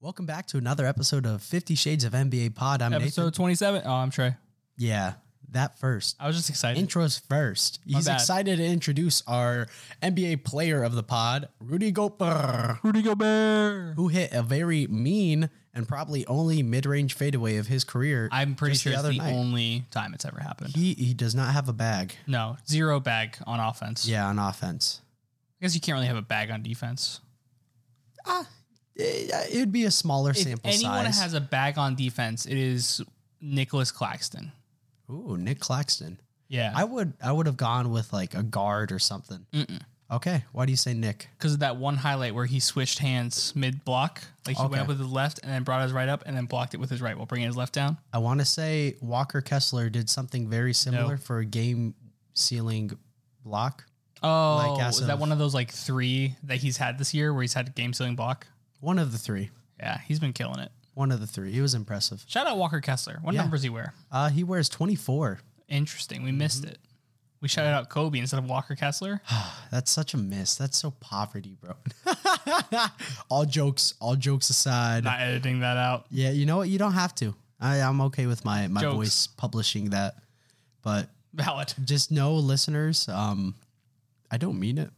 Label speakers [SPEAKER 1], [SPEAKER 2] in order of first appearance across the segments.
[SPEAKER 1] Welcome back to another episode of Fifty Shades of NBA Pod. I'm Nathan.
[SPEAKER 2] Episode 27. Oh, I'm Trey.
[SPEAKER 1] Yeah, that first.
[SPEAKER 2] I was just excited.
[SPEAKER 1] Intros first. He's
[SPEAKER 2] bad.
[SPEAKER 1] excited to introduce our NBA player of the pod, Rudy Gobert,
[SPEAKER 2] Rudy Gobert.
[SPEAKER 1] who hit a very mean and probably only mid-range fadeaway of his career.
[SPEAKER 2] I'm pretty
[SPEAKER 1] just
[SPEAKER 2] sure
[SPEAKER 1] the
[SPEAKER 2] it's
[SPEAKER 1] other
[SPEAKER 2] the
[SPEAKER 1] night.
[SPEAKER 2] only time it's ever happened.
[SPEAKER 1] he he does not have a bag.
[SPEAKER 2] No, zero bag on offense.
[SPEAKER 1] Yeah, on offense.
[SPEAKER 2] I guess you can't really have a bag on defense.
[SPEAKER 1] It, Eh, it would be a smaller sample
[SPEAKER 2] if anyone
[SPEAKER 1] size.
[SPEAKER 2] has a bag on defense, it is Nicholas Claxton.
[SPEAKER 1] Ooh, Nick Claxton.
[SPEAKER 2] Yeah.
[SPEAKER 1] I would I would have gone with like a guard or something. Okay, why do you say Nick?
[SPEAKER 2] Because of that one highlight where he switched hands mid block. Like he
[SPEAKER 1] Okay.
[SPEAKER 2] went up with his left and then brought his right up and then blocked it with his right while bringing his left down.
[SPEAKER 1] I want to say Walker Kessler did something very similar
[SPEAKER 2] No.
[SPEAKER 1] for a game ceiling block.
[SPEAKER 2] Oh,
[SPEAKER 1] as
[SPEAKER 2] is that
[SPEAKER 1] of-
[SPEAKER 2] one of those like three that he's had this year where he's had game ceiling block?
[SPEAKER 1] One of the three.
[SPEAKER 2] Yeah, he's been killing it.
[SPEAKER 1] One of the three. It was impressive.
[SPEAKER 2] Shout out Walker Kessler. What
[SPEAKER 1] Yeah.
[SPEAKER 2] number does he wear?
[SPEAKER 1] Uh, he wears 24.
[SPEAKER 2] Interesting. We
[SPEAKER 1] Mm-hmm.
[SPEAKER 2] missed it. We shouted out Kobe instead of Walker Kessler.
[SPEAKER 1] That's such a miss. That's so poverty, bro. all jokes, all jokes aside.
[SPEAKER 2] Not editing that out.
[SPEAKER 1] Yeah, you know what? You don't have to. I, I'm okay with my my
[SPEAKER 2] Jokes.
[SPEAKER 1] voice publishing that, but
[SPEAKER 2] Valid.
[SPEAKER 1] just know, listeners, um, I don't mean it.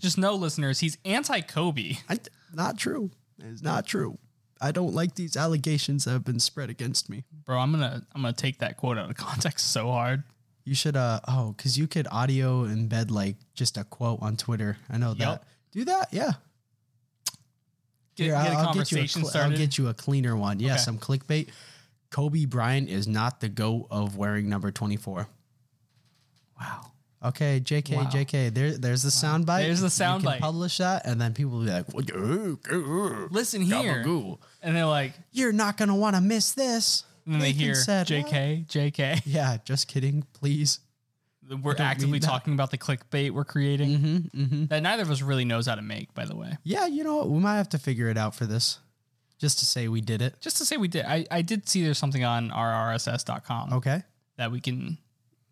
[SPEAKER 2] Just know, listeners, he's anti Kobe.
[SPEAKER 1] I, not true. It's not true. I don't like these allegations that have been spread against me.
[SPEAKER 2] Bro, I'm gonna I'm gonna take that quote out of context so hard.
[SPEAKER 1] You should uh oh, cause you could audio embed like just a quote on Twitter. I know that.
[SPEAKER 2] Yep.
[SPEAKER 1] Do that, yeah.
[SPEAKER 2] Get,
[SPEAKER 1] Here,
[SPEAKER 2] get a
[SPEAKER 1] I'll, I'll get you a
[SPEAKER 2] conversation
[SPEAKER 1] cl-
[SPEAKER 2] started.
[SPEAKER 1] I'll get you a cleaner one. Yeah,
[SPEAKER 2] Okay.
[SPEAKER 1] some clickbait. Kobe Bryant is not the goat of wearing number twenty four.
[SPEAKER 2] wow.
[SPEAKER 1] Okay, JK,
[SPEAKER 2] Wow.
[SPEAKER 1] JK. There, there's the sound bite.
[SPEAKER 2] There's the
[SPEAKER 1] you can
[SPEAKER 2] soundbite.
[SPEAKER 1] Publish that, and then people will be like, "What- ooh, ooh, ooh,
[SPEAKER 2] Listen here.
[SPEAKER 1] gabagool."
[SPEAKER 2] And they're like,
[SPEAKER 1] "You're not gonna want to miss this."
[SPEAKER 2] and then they
[SPEAKER 1] Nathan
[SPEAKER 2] hear
[SPEAKER 1] said, "What?"
[SPEAKER 2] JK, JK.
[SPEAKER 1] Yeah, just kidding. Please.
[SPEAKER 2] We're actively
[SPEAKER 1] mean that.
[SPEAKER 2] talking about the clickbait we're creating
[SPEAKER 1] Mm-hmm, mm-hmm.
[SPEAKER 2] that neither of us really knows how to make, by the way.
[SPEAKER 1] Yeah, you know what? We might have to figure it out for this, just to say we did it.
[SPEAKER 2] Just to say we did I, I did see there's something on our RSS.com
[SPEAKER 1] Okay.
[SPEAKER 2] that we can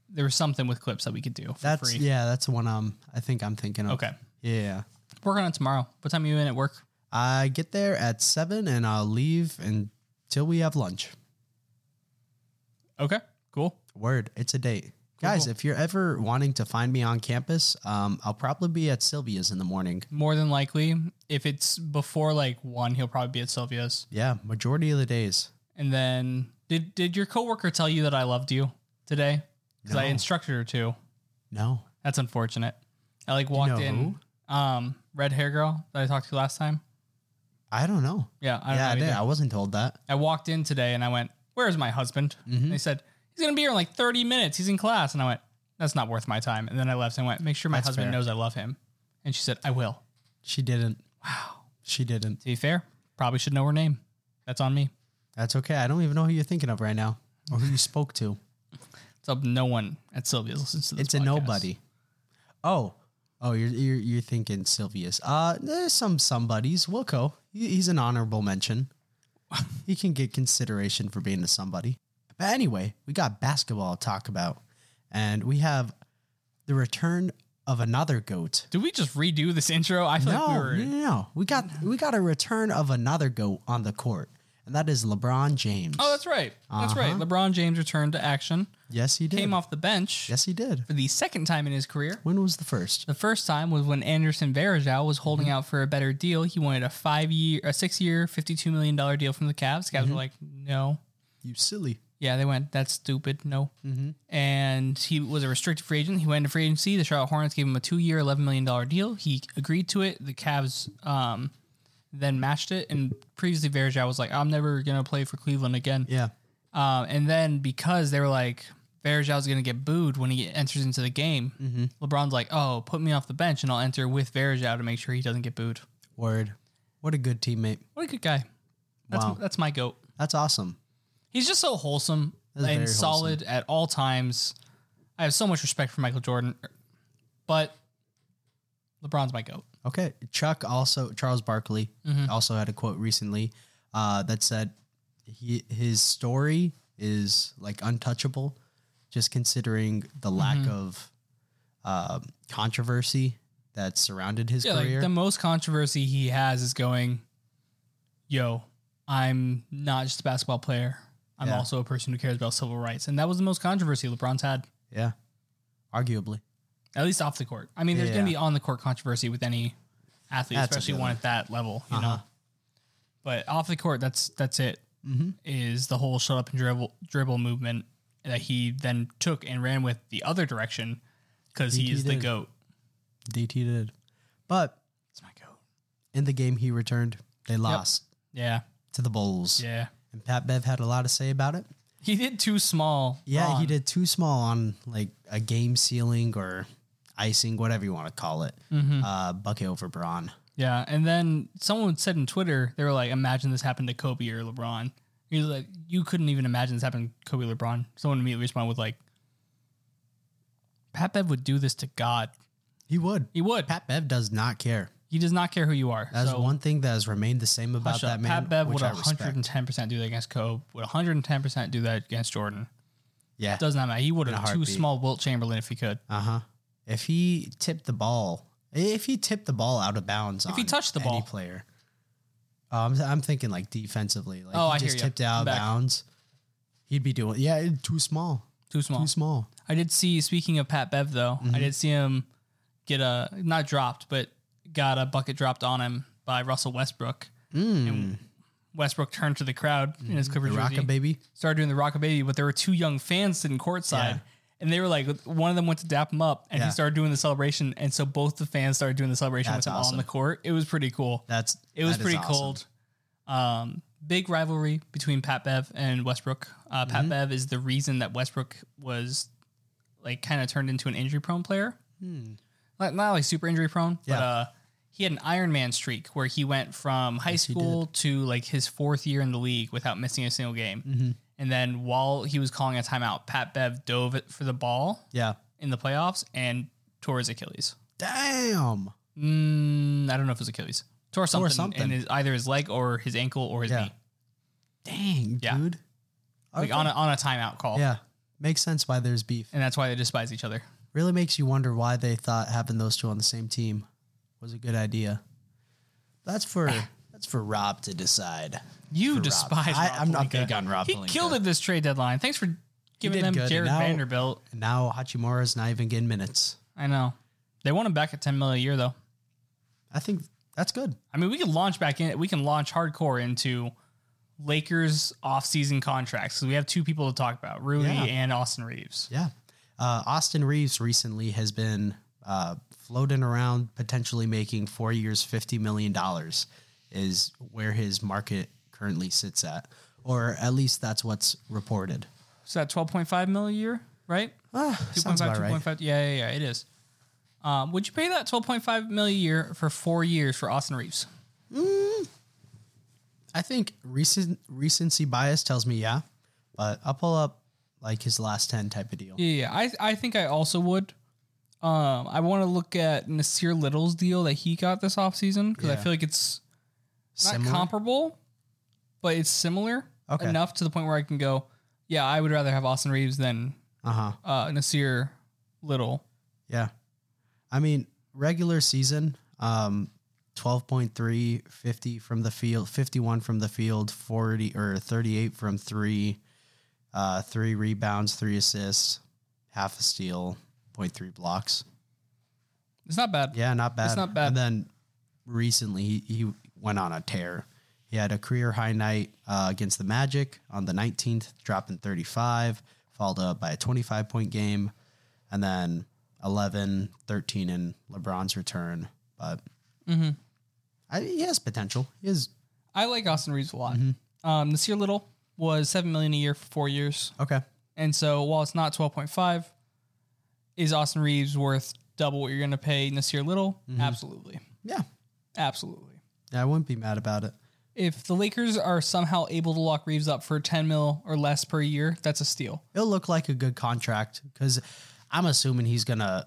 [SPEAKER 2] there was something with clips that we could do for
[SPEAKER 1] That's
[SPEAKER 2] free.
[SPEAKER 1] yeah. That's the one um I think I'm thinking of.
[SPEAKER 2] Okay.
[SPEAKER 1] Yeah.
[SPEAKER 2] Working on it tomorrow. What time are you in at work?
[SPEAKER 1] I get there at seven and I'll leave until we have lunch.
[SPEAKER 2] Okay, cool.
[SPEAKER 1] Word. It's a date. Guys,
[SPEAKER 2] cool.
[SPEAKER 1] if you're ever wanting to find me on campus, um, I'll probably be at Sylvia's in the morning.
[SPEAKER 2] More than likely, if it's before like one, he'll probably be at Sylvia's.
[SPEAKER 1] Yeah, majority of the days.
[SPEAKER 2] And then, did did your coworker tell you that I loved you today? Because I
[SPEAKER 1] No.
[SPEAKER 2] instructed her to.
[SPEAKER 1] No.
[SPEAKER 2] That's unfortunate. I like walked
[SPEAKER 1] know
[SPEAKER 2] in. Um, red hair girl that I talked to last time.
[SPEAKER 1] I don't know.
[SPEAKER 2] Yeah, I don't
[SPEAKER 1] yeah, I
[SPEAKER 2] know.
[SPEAKER 1] did.
[SPEAKER 2] either.
[SPEAKER 1] I wasn't told that.
[SPEAKER 2] I walked in today and I went, "Where's my husband?"
[SPEAKER 1] Mm-hmm.
[SPEAKER 2] And they said, "He's gonna be here in like 30 minutes. He's in class." And I went, "That's not worth my time." And then I left and went, "Make sure my
[SPEAKER 1] That's
[SPEAKER 2] husband
[SPEAKER 1] fair.
[SPEAKER 2] knows I love him." And she said, "I will."
[SPEAKER 1] She didn't. Wow. She didn't.
[SPEAKER 2] To be fair, probably should know her name. That's on me.
[SPEAKER 1] That's okay. I don't even know who you're thinking of right now or who you spoke to.
[SPEAKER 2] It's up. No one at Sylvia's listens to this.
[SPEAKER 1] It's a
[SPEAKER 2] podcast.
[SPEAKER 1] nobody. Oh, oh, you're you're, you're thinking Sylvius. Uh, there's some somebodies. Wilco, he, he's an honorable mention. he can get consideration for being a somebody. But anyway, we got basketball to talk about, and we have the return of another goat.
[SPEAKER 2] Did we just redo this intro? I feel
[SPEAKER 1] No,
[SPEAKER 2] like we were.
[SPEAKER 1] no, no, no. we got we got a return of another goat on the court, and that is LeBron James.
[SPEAKER 2] Oh, that's right. That's right.
[SPEAKER 1] Uh-huh.
[SPEAKER 2] LeBron James returned to action.
[SPEAKER 1] yes, he did.
[SPEAKER 2] Came off the bench
[SPEAKER 1] Yes, he did.
[SPEAKER 2] for the second time in his career.
[SPEAKER 1] When was the first?
[SPEAKER 2] The first time was when Anderson Varejao was holding
[SPEAKER 1] Mm-hmm.
[SPEAKER 2] out for a better deal. He wanted a five year, a six year, fifty two million dollar deal from the Cavs.
[SPEAKER 1] Mm-hmm.
[SPEAKER 2] Cavs were like, no.
[SPEAKER 1] You silly.
[SPEAKER 2] Yeah, they went. That's stupid. No.
[SPEAKER 1] Mm-hmm.
[SPEAKER 2] And he was a restricted free agent. He went into free agency. The Charlotte Hornets gave him a two-year, eleven million dollar deal. He agreed to it. The Cavs um, then matched it. And previously, Verjao was like, "I'm never gonna play for Cleveland again."
[SPEAKER 1] Yeah.
[SPEAKER 2] Um, and then because they were like, Verjao's gonna get booed when he enters into the game.
[SPEAKER 1] Mm-hmm.
[SPEAKER 2] LeBron's like, "Oh, put me off the bench, and I'll enter with Verjao to make sure he doesn't get booed."
[SPEAKER 1] Word. What a good teammate.
[SPEAKER 2] What a good guy. That's
[SPEAKER 1] Wow.
[SPEAKER 2] that's my goat.
[SPEAKER 1] That's awesome.
[SPEAKER 2] He's just so wholesome
[SPEAKER 1] That's very
[SPEAKER 2] and
[SPEAKER 1] wholesome.
[SPEAKER 2] solid at all times. I have so much respect for Michael Jordan, but LeBron's my goat.
[SPEAKER 1] Okay. Chuck also Charles Barkley
[SPEAKER 2] Mm-hmm.
[SPEAKER 1] also had a quote recently uh, that said he his story is like untouchable, just considering the lack
[SPEAKER 2] Mm-hmm.
[SPEAKER 1] of um controversy that surrounded his
[SPEAKER 2] Yeah, like
[SPEAKER 1] career.
[SPEAKER 2] the most controversy he has is going. yo, I'm not just a basketball player. I'm
[SPEAKER 1] Yeah.
[SPEAKER 2] also a person who cares about civil rights. And that was the most controversy LeBron's had,
[SPEAKER 1] Yeah, arguably.
[SPEAKER 2] at least off the court. I mean, there's
[SPEAKER 1] Yeah.
[SPEAKER 2] going to be on the court controversy with any athlete,
[SPEAKER 1] That's a Uh-huh.
[SPEAKER 2] especially
[SPEAKER 1] given.
[SPEAKER 2] one at that level, you know. But off the court, that's that's it.
[SPEAKER 1] Mhm.
[SPEAKER 2] Is the whole shut up and dribble dribble movement that he then took and ran with the other direction because
[SPEAKER 1] He
[SPEAKER 2] he is the
[SPEAKER 1] did.
[SPEAKER 2] goat.
[SPEAKER 1] DT did, but
[SPEAKER 2] It's my goat.
[SPEAKER 1] in the game he returned, they lost
[SPEAKER 2] Yeah,
[SPEAKER 1] to the Bulls,
[SPEAKER 2] yeah.
[SPEAKER 1] and Pat Bev had a lot to say about it.
[SPEAKER 2] He did too small.
[SPEAKER 1] Yeah,
[SPEAKER 2] on-
[SPEAKER 1] he did too small on like a game ceiling or icing, whatever you want to call it.
[SPEAKER 2] Mm-hmm.
[SPEAKER 1] Uh, bucket over Braun.
[SPEAKER 2] Yeah, and then someone said in Twitter, they were like, "Imagine this happened to Kobe or LeBron." He was like, "You couldn't even imagine this happened to Kobe, LeBron." Someone immediately responded with like, "Pat Bev would do this to God.
[SPEAKER 1] He would.
[SPEAKER 2] He would.
[SPEAKER 1] Pat Bev does not care.
[SPEAKER 2] he does not care who you are."
[SPEAKER 1] That's
[SPEAKER 2] so,
[SPEAKER 1] one thing that has remained the same about
[SPEAKER 2] hush
[SPEAKER 1] that
[SPEAKER 2] up.
[SPEAKER 1] man.
[SPEAKER 2] Pat Bev
[SPEAKER 1] which
[SPEAKER 2] would
[SPEAKER 1] I respect.
[SPEAKER 2] 110 percent do that against Kobe. Would 110 percent do that against Jordan.
[SPEAKER 1] Yeah.
[SPEAKER 2] Does not matter. He would
[SPEAKER 1] In a
[SPEAKER 2] have too
[SPEAKER 1] heartbeat.
[SPEAKER 2] small Wilt Chamberlain if he could.
[SPEAKER 1] Uh huh. If he tipped the ball, if he tipped the ball out of bounds,
[SPEAKER 2] If he
[SPEAKER 1] on
[SPEAKER 2] touched the
[SPEAKER 1] any
[SPEAKER 2] ball.
[SPEAKER 1] player. Oh, I'm, I'm thinking like defensively. Like
[SPEAKER 2] Oh,
[SPEAKER 1] he
[SPEAKER 2] I hear
[SPEAKER 1] just
[SPEAKER 2] ya.
[SPEAKER 1] tipped it out
[SPEAKER 2] I'm
[SPEAKER 1] of
[SPEAKER 2] back.
[SPEAKER 1] bounds. He'd be doing yeah, it- too small,
[SPEAKER 2] Too small.
[SPEAKER 1] too small.
[SPEAKER 2] I did see. Speaking of Pat Bev, though, I
[SPEAKER 1] Mm-hmm.
[SPEAKER 2] did see him get a not dropped, but got a bucket dropped on him by Russell Westbrook. And Westbrook turned to the crowd in his Clipper
[SPEAKER 1] Hmm. Mm, The
[SPEAKER 2] jersey,
[SPEAKER 1] Rocket baby.
[SPEAKER 2] started doing the rock baby, but there were two young fans sitting courtside.
[SPEAKER 1] Yeah.
[SPEAKER 2] And they were like, one of them went to dap him up, and
[SPEAKER 1] Yeah.
[SPEAKER 2] he started doing the celebration. And so both the fans started doing the celebration
[SPEAKER 1] That's
[SPEAKER 2] with him on
[SPEAKER 1] awesome.
[SPEAKER 2] the court. It was pretty cool.
[SPEAKER 1] That's
[SPEAKER 2] It was
[SPEAKER 1] that is
[SPEAKER 2] pretty
[SPEAKER 1] awesome.
[SPEAKER 2] cold. Um, big rivalry between Pat Bev and Westbrook. Uh,
[SPEAKER 1] Mm-hmm.
[SPEAKER 2] Pat Bev is the reason that Westbrook was like kind of turned into an injury prone player. Not, not like super injury prone, but
[SPEAKER 1] Hmm. Yeah.
[SPEAKER 2] uh, he had an Iron Man streak where he went from high school to like his fourth year in the league without missing a single game.
[SPEAKER 1] Mm-hmm.
[SPEAKER 2] And then while he was calling a timeout, Pat Bev dove it for the ball
[SPEAKER 1] Yeah.
[SPEAKER 2] in the playoffs and tore his Achilles.
[SPEAKER 1] Damn.
[SPEAKER 2] Mm, I don't know if it was Achilles. Tore something,
[SPEAKER 1] something.
[SPEAKER 2] in his, either his leg or his ankle or his
[SPEAKER 1] Yeah.
[SPEAKER 2] knee.
[SPEAKER 1] Dang,
[SPEAKER 2] Yeah.
[SPEAKER 1] dude.
[SPEAKER 2] Like
[SPEAKER 1] Okay.
[SPEAKER 2] on a, on a timeout call.
[SPEAKER 1] yeah. Makes sense why there's beef.
[SPEAKER 2] And that's why they despise each other.
[SPEAKER 1] Really makes you wonder why they thought having those two on the same team was a good idea. That's for that's for Rob to decide.
[SPEAKER 2] You
[SPEAKER 1] For
[SPEAKER 2] despise
[SPEAKER 1] Rob. I-
[SPEAKER 2] Rob
[SPEAKER 1] I'm not
[SPEAKER 2] Pelinka.
[SPEAKER 1] big on Rob
[SPEAKER 2] He
[SPEAKER 1] Pelinka.
[SPEAKER 2] killed it this trade deadline. Thanks for giving
[SPEAKER 1] did
[SPEAKER 2] them
[SPEAKER 1] good,
[SPEAKER 2] Jared
[SPEAKER 1] and now-
[SPEAKER 2] Vanderbilt.
[SPEAKER 1] And now Hachimura's not even getting minutes.
[SPEAKER 2] I know. They want him back at 10 million a year, though.
[SPEAKER 1] I think that's good.
[SPEAKER 2] I mean, we can launch back in. We can launch hardcore into Lakers offseason contracts because we have two people to talk about Rudy
[SPEAKER 1] Yeah.
[SPEAKER 2] and Austin Reeves.
[SPEAKER 1] Yeah. Uh, Austin Reeves recently has been uh, floating around potentially making four years, $50 million is where his market currently sits at, or at least that's what's reported.
[SPEAKER 2] So that 12.5 million a year, right?
[SPEAKER 1] Ah, sounds
[SPEAKER 2] 2.5,
[SPEAKER 1] about right.
[SPEAKER 2] 2.5. Yeah, yeah, yeah. It is. Um, would you pay that 12.5 million a year for four years for Austin Reeves?
[SPEAKER 1] I think recent recency bias tells me yeah, but I'll pull up like his last 10 type of deal.
[SPEAKER 2] Yeah, yeah. I I think I also would. Um, I want to look at Nasir Little's deal that he got this offseason because I
[SPEAKER 1] Yeah.
[SPEAKER 2] feel like it's not
[SPEAKER 1] Similar?
[SPEAKER 2] comparable, but it's similar
[SPEAKER 1] Okay.
[SPEAKER 2] enough to the point where I can go, yeah, I would rather have Austin Reeves than
[SPEAKER 1] uh-huh.
[SPEAKER 2] uh, Nasir Little.
[SPEAKER 1] Yeah. I mean, regular season, um, 12.3, 50 from the field, 51 from the field, 40 or 38 from three, uh, three rebounds, three assists, half a steal, 0.3 blocks.
[SPEAKER 2] It's not bad.
[SPEAKER 1] Yeah, not bad.
[SPEAKER 2] not bad.
[SPEAKER 1] And then recently he, he went on a tear. He had a career high night uh, against the Magic on the 19th, dropping 35, followed up by a 25 point game, and then 11, 13 in LeBron's return. But
[SPEAKER 2] Mm-hmm.
[SPEAKER 1] I, he has potential. He has,
[SPEAKER 2] I like Austin Reeves a lot.
[SPEAKER 1] Mm-hmm.
[SPEAKER 2] Um, Nasir Little was seven million a year for four years,
[SPEAKER 1] okay.
[SPEAKER 2] and so while it's not twelve point five, is Austin Reeves worth double what you're going to pay Nasir Little?
[SPEAKER 1] Mm-hmm.
[SPEAKER 2] Absolutely.
[SPEAKER 1] Yeah.
[SPEAKER 2] Absolutely.
[SPEAKER 1] yeah. I wouldn't be mad about it.
[SPEAKER 2] If the Lakers are somehow able to lock Reeves up for 10 mil or less per year, that's a steal.
[SPEAKER 1] It'll look like a good contract because I'm assuming he's going to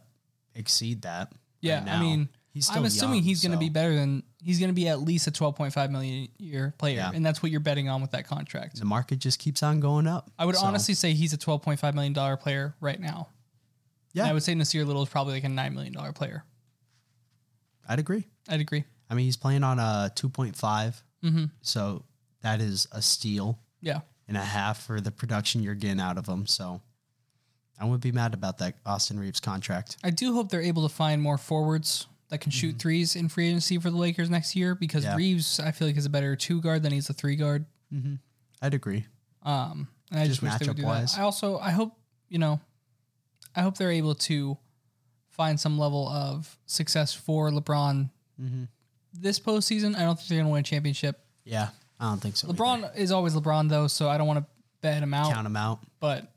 [SPEAKER 1] exceed that.
[SPEAKER 2] Yeah,
[SPEAKER 1] right
[SPEAKER 2] I
[SPEAKER 1] now.
[SPEAKER 2] mean,
[SPEAKER 1] he's
[SPEAKER 2] I'm
[SPEAKER 1] still
[SPEAKER 2] assuming
[SPEAKER 1] young,
[SPEAKER 2] he's going to
[SPEAKER 1] so-
[SPEAKER 2] be better than he's going to be at least a 12.5 million a year player,
[SPEAKER 1] Yeah.
[SPEAKER 2] and that's what you're betting on with that contract.
[SPEAKER 1] the market just keeps on going up.
[SPEAKER 2] I would
[SPEAKER 1] So,
[SPEAKER 2] honestly say he's a 12.5 million dollar player right now.
[SPEAKER 1] Yeah.
[SPEAKER 2] And I would say Nasir Little is probably like a 9 million dollar player.
[SPEAKER 1] I'd agree.
[SPEAKER 2] I'd agree.
[SPEAKER 1] I mean, he's playing on a 2.5
[SPEAKER 2] Mm-hmm.
[SPEAKER 1] So that is a steal
[SPEAKER 2] Yeah.
[SPEAKER 1] and a half for the production you're getting out of him. So I wouldn't be mad about that Austin Reeves contract.
[SPEAKER 2] I do hope they're able to find more forwards that can shoot threes in free agency for the Lakers next year because
[SPEAKER 1] Mhm. Yeah.
[SPEAKER 2] Reeves, I feel like, is a better two guard than he's a three guard.
[SPEAKER 1] I'd agree.
[SPEAKER 2] Um, and I
[SPEAKER 1] Just
[SPEAKER 2] just, wish they would
[SPEAKER 1] matchup
[SPEAKER 2] do
[SPEAKER 1] wise.
[SPEAKER 2] that. I also I hope you know, I hope they're able to find some level of success for LeBron
[SPEAKER 1] Mm-hmm.
[SPEAKER 2] this postseason. I don't think they're going to win a championship.
[SPEAKER 1] Yeah, I don't think so. either.
[SPEAKER 2] LeBron is always LeBron though, so I don't want to bet him out.
[SPEAKER 1] count him out.
[SPEAKER 2] But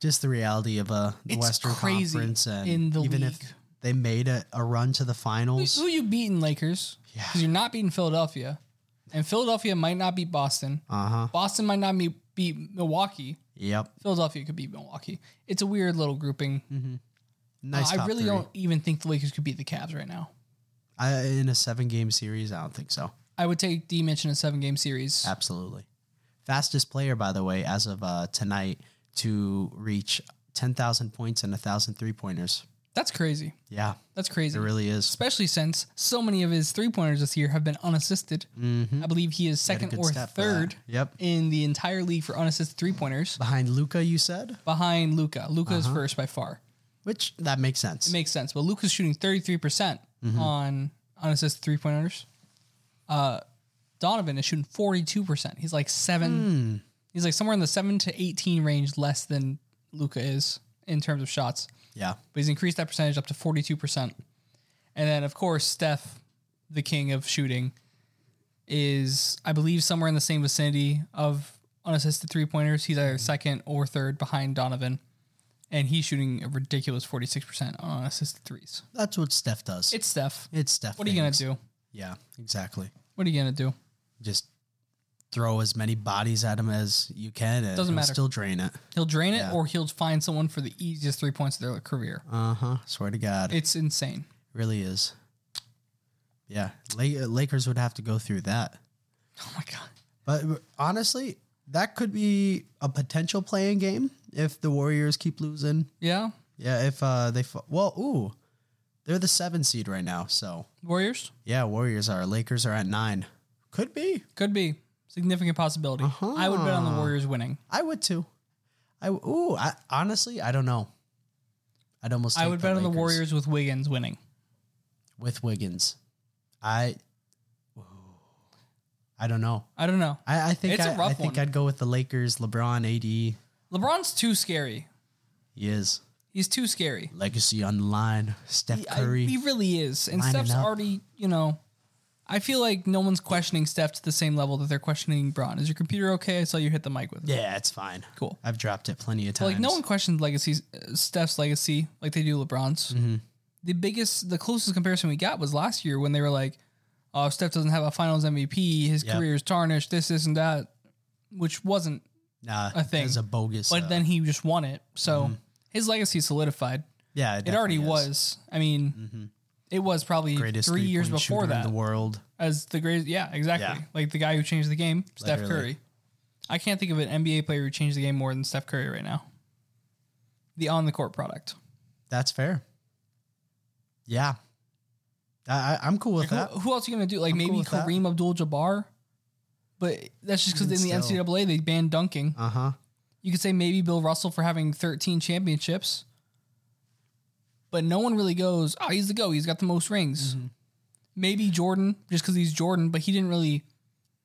[SPEAKER 1] Just the reality of uh, the
[SPEAKER 2] It's
[SPEAKER 1] Western
[SPEAKER 2] crazy
[SPEAKER 1] Conference, and
[SPEAKER 2] in the
[SPEAKER 1] even
[SPEAKER 2] league.
[SPEAKER 1] if they made a, a run to the finals,
[SPEAKER 2] who you beating Lakers?
[SPEAKER 1] Yeah.
[SPEAKER 2] because you're not beating Philadelphia, and Philadelphia might not beat Boston.
[SPEAKER 1] uh huh.
[SPEAKER 2] Boston might not be, beat Milwaukee.
[SPEAKER 1] Yep,
[SPEAKER 2] Philadelphia could beat Milwaukee. It's a weird little grouping. Uh,
[SPEAKER 1] Mm-hmm. nice.
[SPEAKER 2] I
[SPEAKER 1] top
[SPEAKER 2] really do
[SPEAKER 1] three.
[SPEAKER 2] don't even think the Lakers could beat the Cavs right now.
[SPEAKER 1] I, in a seven game series, I don't think so.
[SPEAKER 2] I would take D Mitch in a seven game series.
[SPEAKER 1] Absolutely. Fastest player, by the way, as of uh, tonight, to reach 10,000 points and 1,000 three pointers.
[SPEAKER 2] That's crazy.
[SPEAKER 1] Yeah,
[SPEAKER 2] That's crazy.
[SPEAKER 1] it really is.
[SPEAKER 2] Especially since so many of his three pointers this year have been unassisted.
[SPEAKER 1] Mm-hmm.
[SPEAKER 2] I believe he is second
[SPEAKER 1] good uh,
[SPEAKER 2] or
[SPEAKER 1] stat for that.
[SPEAKER 2] third
[SPEAKER 1] Yep.
[SPEAKER 2] in the entire league for unassisted three pointers
[SPEAKER 1] Behind Luca, you said?
[SPEAKER 2] behind Luca. Luca is first by far.
[SPEAKER 1] Which that makes sense.
[SPEAKER 2] Makes sense. But Luca's shooting 33% percent on unassisted three pointers. Uh, Donovan is shooting 42%. He's like seven. He's like somewhere in the seven to 18 range less than Luca is in terms of shots.
[SPEAKER 1] yeah.
[SPEAKER 2] but he's increased that percentage up to 42%. And then, of course, Steph, the king of shooting, is, I believe, somewhere in the same vicinity of unassisted three pointers. He's either second or third behind Donovan. And he's shooting a ridiculous 46% on unassisted threes.
[SPEAKER 1] That's what Steph does.
[SPEAKER 2] It's Steph.
[SPEAKER 1] it's Steph.
[SPEAKER 2] What are you going
[SPEAKER 1] things.
[SPEAKER 2] to do?
[SPEAKER 1] Yeah, exactly.
[SPEAKER 2] What are you going to do?
[SPEAKER 1] Just throw as many bodies at him as you can and
[SPEAKER 2] Doesn't
[SPEAKER 1] he'll
[SPEAKER 2] matter.
[SPEAKER 1] still drain it.
[SPEAKER 2] He'll drain it
[SPEAKER 1] Yeah.
[SPEAKER 2] or he'll find someone for the easiest three points of their career.
[SPEAKER 1] Uh huh. Swear to God. It
[SPEAKER 2] It's insane.
[SPEAKER 1] really is. Yeah. La- Lakers would have to go through that.
[SPEAKER 2] Oh my God.
[SPEAKER 1] But honestly, that could be a potential playing game if the Warriors keep losing.
[SPEAKER 2] Yeah.
[SPEAKER 1] Yeah, if uh, they fa- well, ooh, they're the seven seed right now. So
[SPEAKER 2] Warriors?
[SPEAKER 1] yeah, Warriors are. Lakers are at nine. Could be.
[SPEAKER 2] Could be. Significant possibility.
[SPEAKER 1] Uh-huh.
[SPEAKER 2] I would bet on the Warriors winning.
[SPEAKER 1] I would too. I w- ooh. I honestly, I don't know. I'd almost.
[SPEAKER 2] I
[SPEAKER 1] take
[SPEAKER 2] would bet on the
[SPEAKER 1] Lakers
[SPEAKER 2] Warriors with Wiggins winning.
[SPEAKER 1] with Wiggins. I. ooh, I don't know.
[SPEAKER 2] I don't know.
[SPEAKER 1] I, I think
[SPEAKER 2] It's a
[SPEAKER 1] I,
[SPEAKER 2] rough
[SPEAKER 1] I think
[SPEAKER 2] one.
[SPEAKER 1] I'd go with the Lakers. LeBron, AD, he
[SPEAKER 2] LeBron's too scary.
[SPEAKER 1] is
[SPEAKER 2] He's too scary.
[SPEAKER 1] legacy on the line. Steph
[SPEAKER 2] I-
[SPEAKER 1] Curry.
[SPEAKER 2] he really is. And
[SPEAKER 1] Lining
[SPEAKER 2] Steph's
[SPEAKER 1] up.
[SPEAKER 2] already, you know, I feel like no one's questioning Steph to the same level that they're questioning Braun. Is your computer okay? I saw you hit the mic with it.
[SPEAKER 1] Yeah, it's fine.
[SPEAKER 2] Cool.
[SPEAKER 1] I've dropped it plenty of times.
[SPEAKER 2] Like no one questions legacy uh, Steph's legacy like they do LeBron's.
[SPEAKER 1] Mm-hmm.
[SPEAKER 2] The biggest, the closest comparison we got was last year when they were like, "Oh, if Steph doesn't have a Finals MVP. His
[SPEAKER 1] Yep.
[SPEAKER 2] career is tarnished. This, this, and that," which wasn't
[SPEAKER 1] nah,
[SPEAKER 2] a thing.
[SPEAKER 1] It's a bogus.
[SPEAKER 2] but
[SPEAKER 1] uh,
[SPEAKER 2] then he just won it. So his legacy solidified.
[SPEAKER 1] yeah,
[SPEAKER 2] It already
[SPEAKER 1] Mm-hmm. definitely is. Mm-hmm.
[SPEAKER 2] was. I mean, it was probably
[SPEAKER 1] greatest
[SPEAKER 2] three years
[SPEAKER 1] three-point
[SPEAKER 2] before
[SPEAKER 1] shooter
[SPEAKER 2] that
[SPEAKER 1] in the world.
[SPEAKER 2] as the greatest. Yeah, exactly.
[SPEAKER 1] Yeah.
[SPEAKER 2] Like the guy who changed the game, Steph
[SPEAKER 1] Literally.
[SPEAKER 2] Curry. I can't think of an NBA player who changed the game more than Steph Curry right now. The on the court product.
[SPEAKER 1] That's fair. Yeah, I, I, I'm cool with
[SPEAKER 2] Who,
[SPEAKER 1] that.
[SPEAKER 2] who else are you going to do? Like
[SPEAKER 1] cool
[SPEAKER 2] maybe
[SPEAKER 1] with that.
[SPEAKER 2] Kareem Abdul Jabbar? But that's just because
[SPEAKER 1] Even
[SPEAKER 2] in the
[SPEAKER 1] still.
[SPEAKER 2] NCAA they banned dunking.
[SPEAKER 1] Uh huh.
[SPEAKER 2] You could say maybe Bill Russell for having 13 championships, but no one really goes, oh, he's the go. He's got the most rings.
[SPEAKER 1] Mm-hmm.
[SPEAKER 2] Maybe Jordan, just because he's Jordan, but he didn't really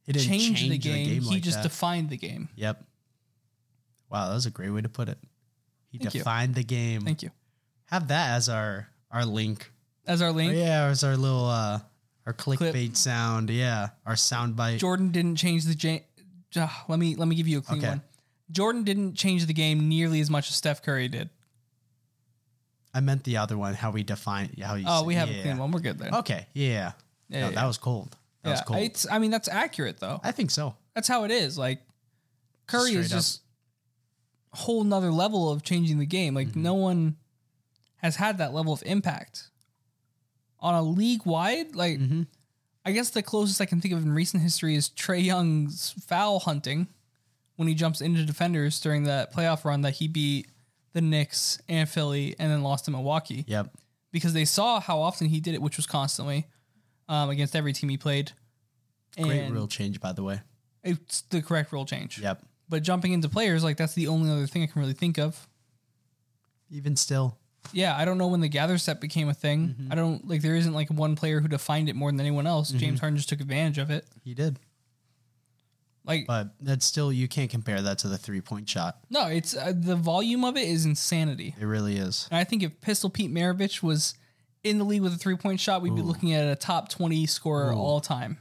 [SPEAKER 1] It didn't
[SPEAKER 2] change, the game. he
[SPEAKER 1] like
[SPEAKER 2] just
[SPEAKER 1] that. Mm-hmm.
[SPEAKER 2] defined the game.
[SPEAKER 1] yep. Wow, that was a great way to put it. He
[SPEAKER 2] Thank you.
[SPEAKER 1] defined the game.
[SPEAKER 2] Thank you.
[SPEAKER 1] Have that as our our link.
[SPEAKER 2] As our link,
[SPEAKER 1] Oh, Yeah, as our little uh our clickbait sound. Yeah, our sound bite.
[SPEAKER 2] Jordan didn't change the game. let me let me give you a clean
[SPEAKER 1] Okay.
[SPEAKER 2] one. Jordan didn't change the game nearly as much as Steph Curry did.
[SPEAKER 1] I meant the other one. How we define? How you?
[SPEAKER 2] Oh,
[SPEAKER 1] said-
[SPEAKER 2] we have
[SPEAKER 1] yeah.
[SPEAKER 2] a clean one. We're good there.
[SPEAKER 1] Okay. Yeah.
[SPEAKER 2] Yeah,
[SPEAKER 1] no,
[SPEAKER 2] yeah.
[SPEAKER 1] That was cold. That was
[SPEAKER 2] yeah,
[SPEAKER 1] cold.
[SPEAKER 2] it's. I mean, that's accurate though.
[SPEAKER 1] I think so.
[SPEAKER 2] That's how it is. Like Curry is
[SPEAKER 1] Straight up.
[SPEAKER 2] just a whole nother level of changing the game.
[SPEAKER 1] Mm-hmm.
[SPEAKER 2] Like no one has had that level of impact on a league wide. Like
[SPEAKER 1] Mm-hmm.
[SPEAKER 2] I guess the closest I can think of in recent history is Trey Young's foul hunting when he jumps into defenders during that playoff run that he beat the Knicks and Philly and then lost to Milwaukee
[SPEAKER 1] Yep.
[SPEAKER 2] because they saw how often he did it, which was constantly um, against every team he played.
[SPEAKER 1] Great
[SPEAKER 2] And
[SPEAKER 1] rule change, by the way.
[SPEAKER 2] It's the correct rule change.
[SPEAKER 1] Yep.
[SPEAKER 2] But jumping into players, like that's the only other thing I can really think of.
[SPEAKER 1] Even still,
[SPEAKER 2] Yeah, I don't know when the gather set became a thing. I don't like there isn't like one player who defined it more than anyone else. James Harden just took advantage of it.
[SPEAKER 1] he did.
[SPEAKER 2] Like
[SPEAKER 1] But that's still, you can't compare that to the three point shot.
[SPEAKER 2] no, it's uh, the volume of it is insanity.
[SPEAKER 1] It really is.
[SPEAKER 2] And I think if Pistol Pete Maravich was in the league with a three point shot, we'd be looking at a top twenty scorer all time.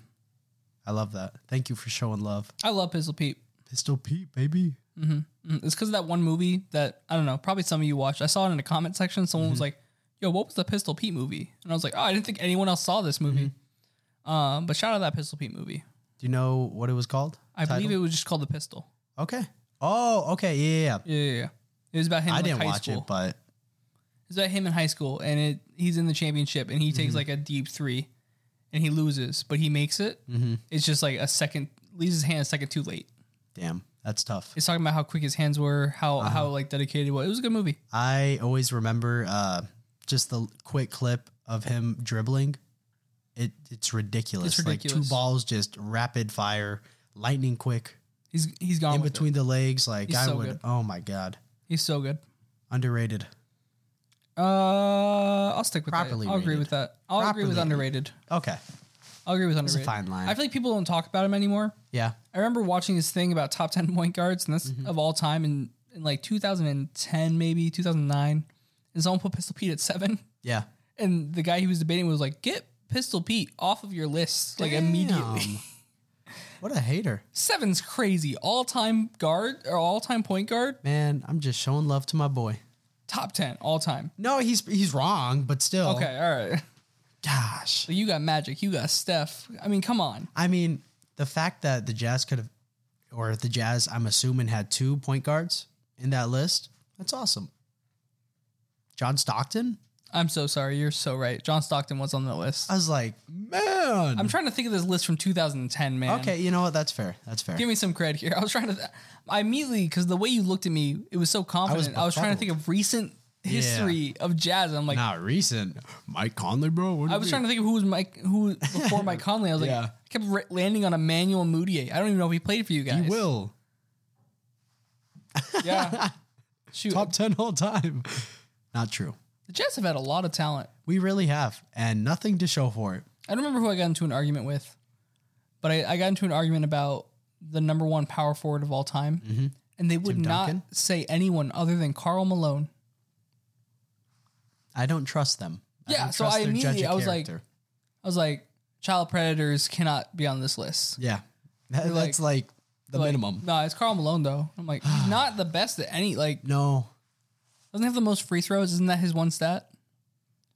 [SPEAKER 1] I love that. Thank you for showing love.
[SPEAKER 2] I love Pistol Pete.
[SPEAKER 1] Pistol Pete, baby.
[SPEAKER 2] Mm, It's because of that one movie that I don't know. Probably some of you watched. I saw it in the comment section. Someone
[SPEAKER 1] Mm-hmm.
[SPEAKER 2] was like, "Yo, what was the Pistol Pete movie?" And I was like, "Oh, I didn't think anyone else saw this movie."
[SPEAKER 1] Mm-hmm.
[SPEAKER 2] Um, but shout out that Pistol Pete movie.
[SPEAKER 1] Do you know what it was called?
[SPEAKER 2] I believe it was just called the Pistol.
[SPEAKER 1] Okay. Oh, okay. Yeah, yeah, yeah.
[SPEAKER 2] Yeah, yeah, yeah. It was about him.
[SPEAKER 1] I
[SPEAKER 2] in like,
[SPEAKER 1] didn't
[SPEAKER 2] high
[SPEAKER 1] watch
[SPEAKER 2] school.
[SPEAKER 1] it, but
[SPEAKER 2] It's about him in high school, and it he's in the championship, and he
[SPEAKER 1] Mm-hmm.
[SPEAKER 2] takes like a deep three, and he loses, but he makes it. Mm-hmm. It's just like a second leaves his hand a second too late.
[SPEAKER 1] damn, that's tough.
[SPEAKER 2] It's talking about how quick his hands were, how
[SPEAKER 1] Uh-huh.
[SPEAKER 2] how like dedicated he was. It was a good movie.
[SPEAKER 1] I always remember uh, just the quick clip of him dribbling. It it's ridiculous.
[SPEAKER 2] It's
[SPEAKER 1] Like
[SPEAKER 2] ridiculous.
[SPEAKER 1] two balls, just rapid fire, lightning quick,
[SPEAKER 2] He's he's gone
[SPEAKER 1] in
[SPEAKER 2] with it.
[SPEAKER 1] between the legs. Like
[SPEAKER 2] Oh He's
[SPEAKER 1] I
[SPEAKER 2] so
[SPEAKER 1] would.
[SPEAKER 2] good.
[SPEAKER 1] Oh my god,
[SPEAKER 2] He's so good.
[SPEAKER 1] underrated.
[SPEAKER 2] Uh, I'll stick with
[SPEAKER 1] Properly
[SPEAKER 2] that. I'll agree
[SPEAKER 1] rated.
[SPEAKER 2] with that. I'll agree with
[SPEAKER 1] Properly
[SPEAKER 2] underrated.
[SPEAKER 1] Okay,
[SPEAKER 2] I'll agree with underrated.
[SPEAKER 1] fine line.
[SPEAKER 2] I feel like people don't talk about him anymore.
[SPEAKER 1] yeah,
[SPEAKER 2] I remember watching this thing about top 10 point guards, and that's
[SPEAKER 1] Mm-hmm.
[SPEAKER 2] of all time in, in like 2010, maybe 2009. And someone put Pistol Pete at seven.
[SPEAKER 1] yeah.
[SPEAKER 2] And the guy he was debating was like, get Pistol Pete off of your list, like immediately.
[SPEAKER 1] Damn. what a hater,
[SPEAKER 2] Seven's crazy. All time guard or all time point guard,
[SPEAKER 1] man. I'm just showing love to my boy.
[SPEAKER 2] top 10, all time.
[SPEAKER 1] No, he's he's wrong, but still.
[SPEAKER 2] Okay, all right.
[SPEAKER 1] Gosh.
[SPEAKER 2] So you got Magic, you got Steph. I mean, come on.
[SPEAKER 1] I mean, the fact that the Jazz could have, or the Jazz, I'm assuming, had two point guards in that list, that's awesome. John Stockton?
[SPEAKER 2] I'm so sorry. You're so right. John Stockton was on the list.
[SPEAKER 1] I was like, man.
[SPEAKER 2] I'm trying to think of this list from 2010, man.
[SPEAKER 1] okay, you know what? That's fair. That's fair.
[SPEAKER 2] Give me some credit here. I was trying to, I immediately, because the way you looked at me, it was so confident. I was, trying to think of recent history of jazz. I'm like,
[SPEAKER 1] Not recent. Mike Conley, bro.
[SPEAKER 2] I was trying to think of who was Mike, who before Mike Conley. I was
[SPEAKER 1] Yeah.
[SPEAKER 2] like, I kept re- landing on Emmanuel Mudiay. I don't even know if he played for you guys.
[SPEAKER 1] Will.
[SPEAKER 2] Yeah. Shoot.
[SPEAKER 1] Top 10 all time. Not true.
[SPEAKER 2] The Jazz have had a lot of talent.
[SPEAKER 1] We really have, and nothing to show for it.
[SPEAKER 2] I don't remember who I got into an argument with, but I, I got into an argument about the number one power forward of all time, and they would not
[SPEAKER 1] Mm-hmm. Duncan?
[SPEAKER 2] say anyone other than Carl Malone.
[SPEAKER 1] I don't trust them.
[SPEAKER 2] Yeah,
[SPEAKER 1] don't
[SPEAKER 2] so
[SPEAKER 1] trust
[SPEAKER 2] I
[SPEAKER 1] their judge
[SPEAKER 2] immediately-
[SPEAKER 1] of
[SPEAKER 2] I was like-
[SPEAKER 1] character.
[SPEAKER 2] I was like, child predators cannot be on this list.
[SPEAKER 1] yeah, That-
[SPEAKER 2] like-
[SPEAKER 1] that's like the
[SPEAKER 2] Like,
[SPEAKER 1] minimum.
[SPEAKER 2] No, it's Carl Malone though. I'm like, he's not the best at any. Like,
[SPEAKER 1] No,
[SPEAKER 2] doesn't he have the most free throws? Isn't that his one stat?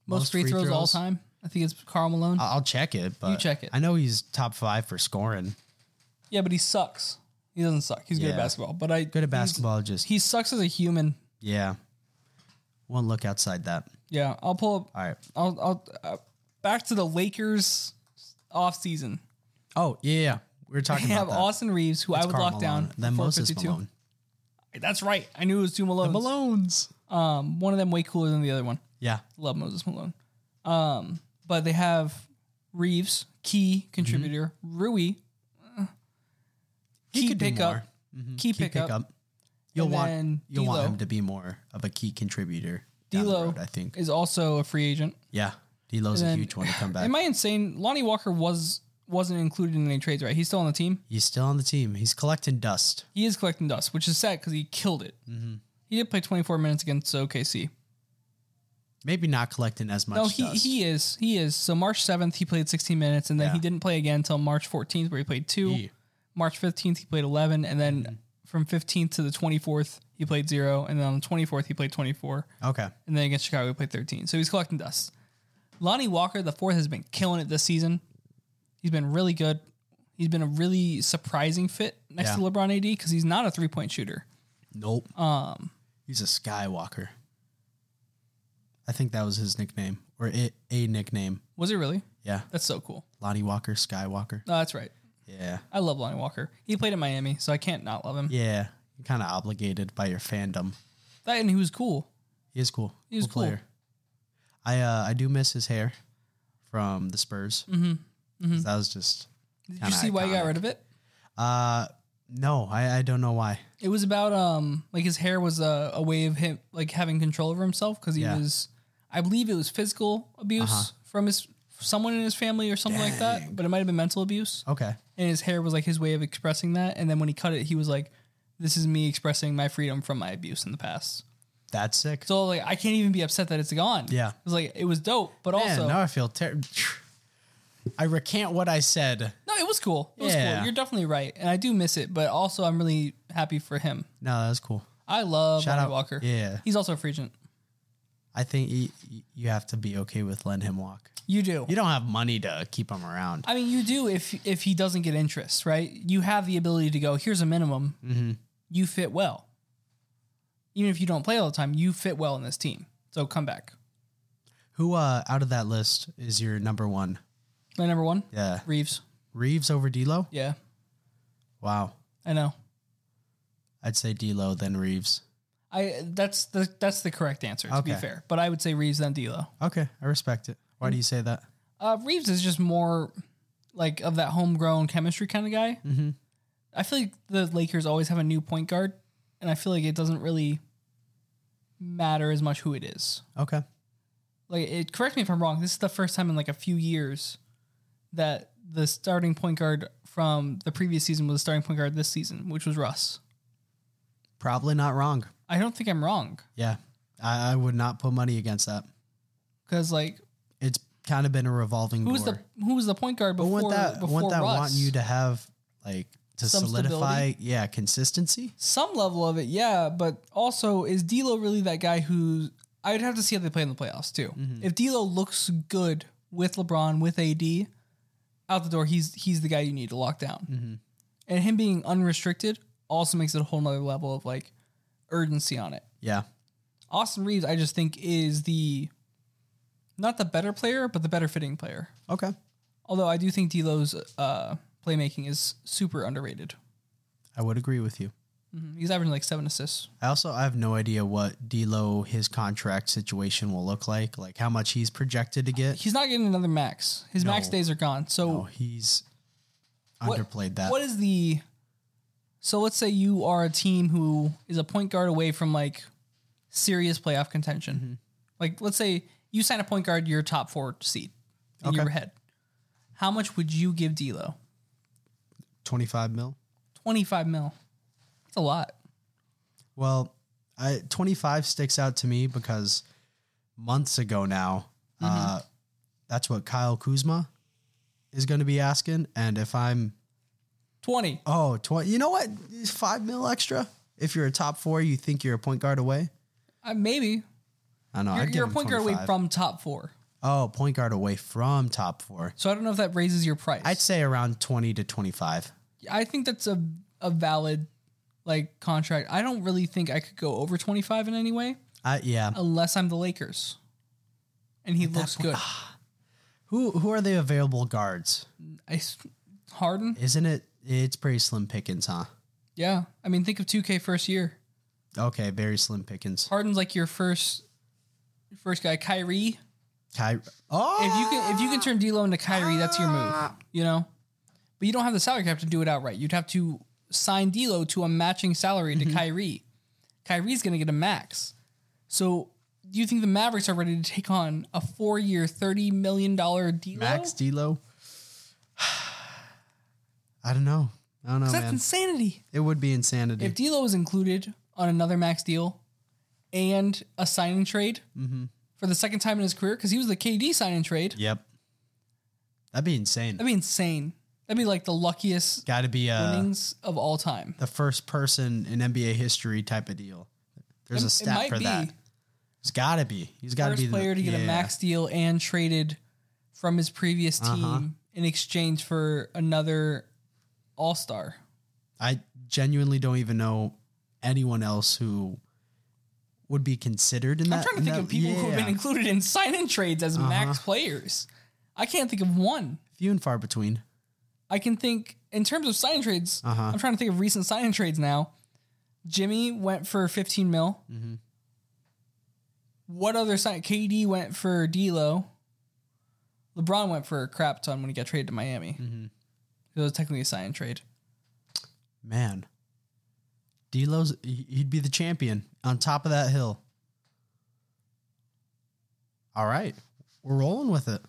[SPEAKER 2] Most,
[SPEAKER 1] Most
[SPEAKER 2] free,
[SPEAKER 1] free
[SPEAKER 2] throws, all
[SPEAKER 1] throws? Uh,
[SPEAKER 2] time. I think it's Carl Malone.
[SPEAKER 1] I- I'll check it, but
[SPEAKER 2] check it.
[SPEAKER 1] I know he's top five for scoring.
[SPEAKER 2] yeah, but he sucks. He doesn't suck. He's good
[SPEAKER 1] Yeah.
[SPEAKER 2] at basketball. But I
[SPEAKER 1] Good at basketball, just
[SPEAKER 2] He sucks as a human.
[SPEAKER 1] yeah. Won't look outside that.
[SPEAKER 2] Yeah, I'll pull up.
[SPEAKER 1] All right.
[SPEAKER 2] I'll, I'll uh, back to the Lakers off season.
[SPEAKER 1] Oh yeah, yeah. we were talking
[SPEAKER 2] They
[SPEAKER 1] about
[SPEAKER 2] have
[SPEAKER 1] that.
[SPEAKER 2] Austin Reeves, who I would
[SPEAKER 1] Karl
[SPEAKER 2] lock
[SPEAKER 1] Malone,
[SPEAKER 2] down.
[SPEAKER 1] Then
[SPEAKER 2] for
[SPEAKER 1] Moses
[SPEAKER 2] 452.
[SPEAKER 1] Malone.
[SPEAKER 2] That's right. I knew it was two Malones.
[SPEAKER 1] Malone's.
[SPEAKER 2] Um, one of them way cooler than the other one.
[SPEAKER 1] Yeah.
[SPEAKER 2] Love Moses Malone. Um, but they have Reeves, key contributor, Rui, uh,
[SPEAKER 1] Mm-hmm. He
[SPEAKER 2] key
[SPEAKER 1] could do
[SPEAKER 2] pickup,
[SPEAKER 1] more. Mm-hmm.
[SPEAKER 2] key
[SPEAKER 1] Key
[SPEAKER 2] pickup,
[SPEAKER 1] pickup. You'll
[SPEAKER 2] And
[SPEAKER 1] want
[SPEAKER 2] then
[SPEAKER 1] you'll want
[SPEAKER 2] D'Lo.
[SPEAKER 1] him to be more of a key contributor. down the
[SPEAKER 2] D'Lo.
[SPEAKER 1] road, I think.
[SPEAKER 2] is also a free agent.
[SPEAKER 1] Yeah. D'Lo's a
[SPEAKER 2] then-
[SPEAKER 1] huge one to come back.
[SPEAKER 2] Am I insane? Lonnie Walker was wasn't included in any trades, right? He's still on the team.
[SPEAKER 1] He's still on the team. He's collecting dust.
[SPEAKER 2] He is collecting dust, which is sad because he killed it.
[SPEAKER 1] Mm-hmm.
[SPEAKER 2] He did play 24 minutes against OKC.
[SPEAKER 1] Maybe not collecting as much.
[SPEAKER 2] No, he,
[SPEAKER 1] dust.
[SPEAKER 2] he is. He is. So March 7th, he played 16 minutes, and then
[SPEAKER 1] Yeah.
[SPEAKER 2] he didn't play again until March 14th, where he played two.
[SPEAKER 1] Yeah. Mm-hmm.
[SPEAKER 2] March 15th, he played 11. And then from 15th to the 24th, he played zero. And then on the 24th, he played 24.
[SPEAKER 1] okay.
[SPEAKER 2] And then against Chicago, he played 13. So he's collecting dust. Lonnie Walker, the fourth, has been killing it this season. He's been really good. He's been a really surprising fit next
[SPEAKER 1] Yeah.
[SPEAKER 2] to LeBron AD because he's not a three point shooter.
[SPEAKER 1] Nope.
[SPEAKER 2] Um,
[SPEAKER 1] he's a Skywalker. I think that was his nickname or a, a nickname.
[SPEAKER 2] Was it really?
[SPEAKER 1] Yeah,
[SPEAKER 2] That's so cool.
[SPEAKER 1] Lonnie Walker, Skywalker.
[SPEAKER 2] No, that's right.
[SPEAKER 1] Yeah,
[SPEAKER 2] I love Lonnie Walker. He played in Miami, so I can't not love him.
[SPEAKER 1] yeah. You're kind of obligated by your fandom.
[SPEAKER 2] That and he was cool.
[SPEAKER 1] He is cool.
[SPEAKER 2] He was cool.
[SPEAKER 1] I uh, I do miss his hair from the Spurs. Mm-hmm. That was just
[SPEAKER 2] Mm-hmm. Did you
[SPEAKER 1] Kinda
[SPEAKER 2] see why he got
[SPEAKER 1] iconic.
[SPEAKER 2] rid of it?
[SPEAKER 1] Uh, no, I, I don't know why.
[SPEAKER 2] It was about um like his hair was a, a way of him like having control over himself because he
[SPEAKER 1] Yeah. Uh-huh.
[SPEAKER 2] was I believe it was physical abuse from his someone in his family or something like that, but it might have been mental abuse.
[SPEAKER 1] Okay.
[SPEAKER 2] And his hair was like his way of expressing that. And then when he cut it, he was like, "This is me expressing my freedom from my abuse in the past."
[SPEAKER 1] That's sick.
[SPEAKER 2] So like I can't even be upset that it's gone.
[SPEAKER 1] Yeah.
[SPEAKER 2] it was like it was dope, but
[SPEAKER 1] Man,
[SPEAKER 2] also
[SPEAKER 1] now I feel terrible. I recant what I said.
[SPEAKER 2] no, it was cool. It was
[SPEAKER 1] Yeah.
[SPEAKER 2] cool. You're definitely right, and I do miss it, but also I'm really happy for him.
[SPEAKER 1] No, that was cool.
[SPEAKER 2] I love
[SPEAKER 1] Shout
[SPEAKER 2] Lonnie
[SPEAKER 1] out-
[SPEAKER 2] Walker.
[SPEAKER 1] yeah.
[SPEAKER 2] he's also a free agent.
[SPEAKER 1] I think y- y- you have to be okay with letting him walk.
[SPEAKER 2] You do.
[SPEAKER 1] You don't have money to keep him around.
[SPEAKER 2] I mean, you do if if he doesn't get interest, right? You have the ability to go. Here's a minimum.
[SPEAKER 1] Mm-hmm.
[SPEAKER 2] You fit well. Even if you don't play all the time, you fit well in this team. So come back.
[SPEAKER 1] Who uh, out of that list is your number one?
[SPEAKER 2] My number one,
[SPEAKER 1] Yeah,
[SPEAKER 2] Reeves.
[SPEAKER 1] Reeves over D'Lo.
[SPEAKER 2] Yeah,
[SPEAKER 1] Wow,
[SPEAKER 2] I know.
[SPEAKER 1] I'd say D'Lo then Reeves.
[SPEAKER 2] I that's the that's the correct answer to be
[SPEAKER 1] Okay.
[SPEAKER 2] fair. But I would say Reeves then D'Lo.
[SPEAKER 1] Okay, I respect it. Why do you say that?
[SPEAKER 2] Uh, Reeves is just more like of that homegrown chemistry kind of guy. Mm-hmm. I feel like the Lakers always have a new point guard, and I feel like it doesn't really matter as much who it is.
[SPEAKER 1] Okay,
[SPEAKER 2] like it correct me if I'm wrong, this is the first time in like a few years that the starting point guard from the previous season was the starting point guard this season, which was Russ.
[SPEAKER 1] probably not wrong.
[SPEAKER 2] I don't think I'm wrong
[SPEAKER 1] Yeah, I, I would not put money against that.
[SPEAKER 2] because like
[SPEAKER 1] It's kind of been a revolving
[SPEAKER 2] who was
[SPEAKER 1] door.
[SPEAKER 2] the who was the point guard
[SPEAKER 1] But
[SPEAKER 2] before
[SPEAKER 1] wouldn't that,
[SPEAKER 2] before
[SPEAKER 1] wouldn't that
[SPEAKER 2] Russ?
[SPEAKER 1] want you to have like to
[SPEAKER 2] Some
[SPEAKER 1] solidify? Yeah, consistency.
[SPEAKER 2] Some level of it, yeah, but also is D'Lo really that guy who I'd have to see how they play in the playoffs too. If D'Lo looks good with LeBron with AD out the door, he's he's the guy you need to lock down. And him being unrestricted also makes it a whole nother level of like urgency on it.
[SPEAKER 1] Yeah,
[SPEAKER 2] Austin Reeves, I just think is the not the better player, but the better fitting player.
[SPEAKER 1] okay,
[SPEAKER 2] Although I do think D'Lo's uh, playmaking is super underrated.
[SPEAKER 1] I would agree with you.
[SPEAKER 2] He's averaging like seven assists.
[SPEAKER 1] I also I have no idea what D'Lo his contract situation will look like, like how much he's projected to get.
[SPEAKER 2] He's not getting another max. His max
[SPEAKER 1] No.
[SPEAKER 2] days are gone. So
[SPEAKER 1] Oh, he's
[SPEAKER 2] what-
[SPEAKER 1] underplayed that.
[SPEAKER 2] What is the? So let's say you are a team who is a point guard away from like serious playoff contention.
[SPEAKER 1] Mm-hmm.
[SPEAKER 2] Like let's say you sign a point guard, your top four seed in your
[SPEAKER 1] Okay.
[SPEAKER 2] head. How much would you give D'Lo?
[SPEAKER 1] Twenty five mil.
[SPEAKER 2] Twenty five mil. That's a lot.
[SPEAKER 1] Well, I, 25 sticks out to me because months ago now,
[SPEAKER 2] Mm-hmm.
[SPEAKER 1] uh, that's what Kyle Kuzma is going to be asking. And if I'm,
[SPEAKER 2] Twenty.
[SPEAKER 1] oh, 20, you know what? Five mil extra. If you're a top four, you think you're a point guard away.
[SPEAKER 2] Uh, maybe
[SPEAKER 1] I know.
[SPEAKER 2] you're,
[SPEAKER 1] I'd give
[SPEAKER 2] you're a
[SPEAKER 1] him
[SPEAKER 2] point guard away
[SPEAKER 1] 25.
[SPEAKER 2] from top four.
[SPEAKER 1] Oh, point guard away from top four.
[SPEAKER 2] So I don't know if that raises your price.
[SPEAKER 1] I'd say around 20 to 25.
[SPEAKER 2] I think that's a a valid like contract. I don't really think I could go over 25 in any way
[SPEAKER 1] I Uh, yeah.
[SPEAKER 2] unless I'm the Lakers. And he looks good.
[SPEAKER 1] Who who are the available guards?
[SPEAKER 2] I s Harden?
[SPEAKER 1] Isn't it? It's pretty slim pickings, huh?
[SPEAKER 2] Yeah. I mean, think of 2K first year.
[SPEAKER 1] Okay, very slim pickings.
[SPEAKER 2] Harden's like your first first guy, Kyrie.
[SPEAKER 1] Ky- oh,
[SPEAKER 2] If you can if you can turn D'Lo into Kyrie, that's your move, you know? But you don't have the salary cap to do it outright. You'd have to sign D'Lo to a matching salary
[SPEAKER 1] Mm-hmm.
[SPEAKER 2] to Kyrie. Kyrie's going to get a max. So, do you think the Mavericks are ready to take on a four-year, thirty million dollar D'Lo?
[SPEAKER 1] Max D'Lo. I don't know. I don't know,
[SPEAKER 2] That's
[SPEAKER 1] man.
[SPEAKER 2] insanity.
[SPEAKER 1] it would be insanity.
[SPEAKER 2] If D'Lo is included on another max deal and a signing trade
[SPEAKER 1] Mm-hmm.
[SPEAKER 2] for the second time in his career, because he was the KD signing trade,
[SPEAKER 1] yep, that'd be insane.
[SPEAKER 2] that'd be insane. That'd be like the luckiest
[SPEAKER 1] Got to be uh,
[SPEAKER 2] winnings of all time.
[SPEAKER 1] the first person in NBA history type of deal. There's a
[SPEAKER 2] It
[SPEAKER 1] stat
[SPEAKER 2] might
[SPEAKER 1] for
[SPEAKER 2] be
[SPEAKER 1] that. It's got to be. He's got to
[SPEAKER 2] first
[SPEAKER 1] be the
[SPEAKER 2] player to get a
[SPEAKER 1] yeah.
[SPEAKER 2] max deal and traded from his previous
[SPEAKER 1] Uh-huh.
[SPEAKER 2] team in exchange for another All Star.
[SPEAKER 1] I genuinely don't even know anyone else who would be considered in that.
[SPEAKER 2] I'm trying to
[SPEAKER 1] in
[SPEAKER 2] think
[SPEAKER 1] that-
[SPEAKER 2] of people who have
[SPEAKER 1] yeah. Uh-huh.
[SPEAKER 2] been included in sign-in trades as max players. I can't think of one.
[SPEAKER 1] few and far between.
[SPEAKER 2] I can think in terms of sign trades.
[SPEAKER 1] Uh-huh.
[SPEAKER 2] I'm trying to think of recent sign trades now. Jimmy went for 15 mil.
[SPEAKER 1] Mm-hmm.
[SPEAKER 2] What other sign? KD went
[SPEAKER 1] Mm-hmm.
[SPEAKER 2] for D'Lo. LeBron went for a crap ton when he got traded to Miami. It was technically a sign and trade.
[SPEAKER 1] Man, D'Lo's he- he'd be the champion on top of that hill. All right, we're rolling with it.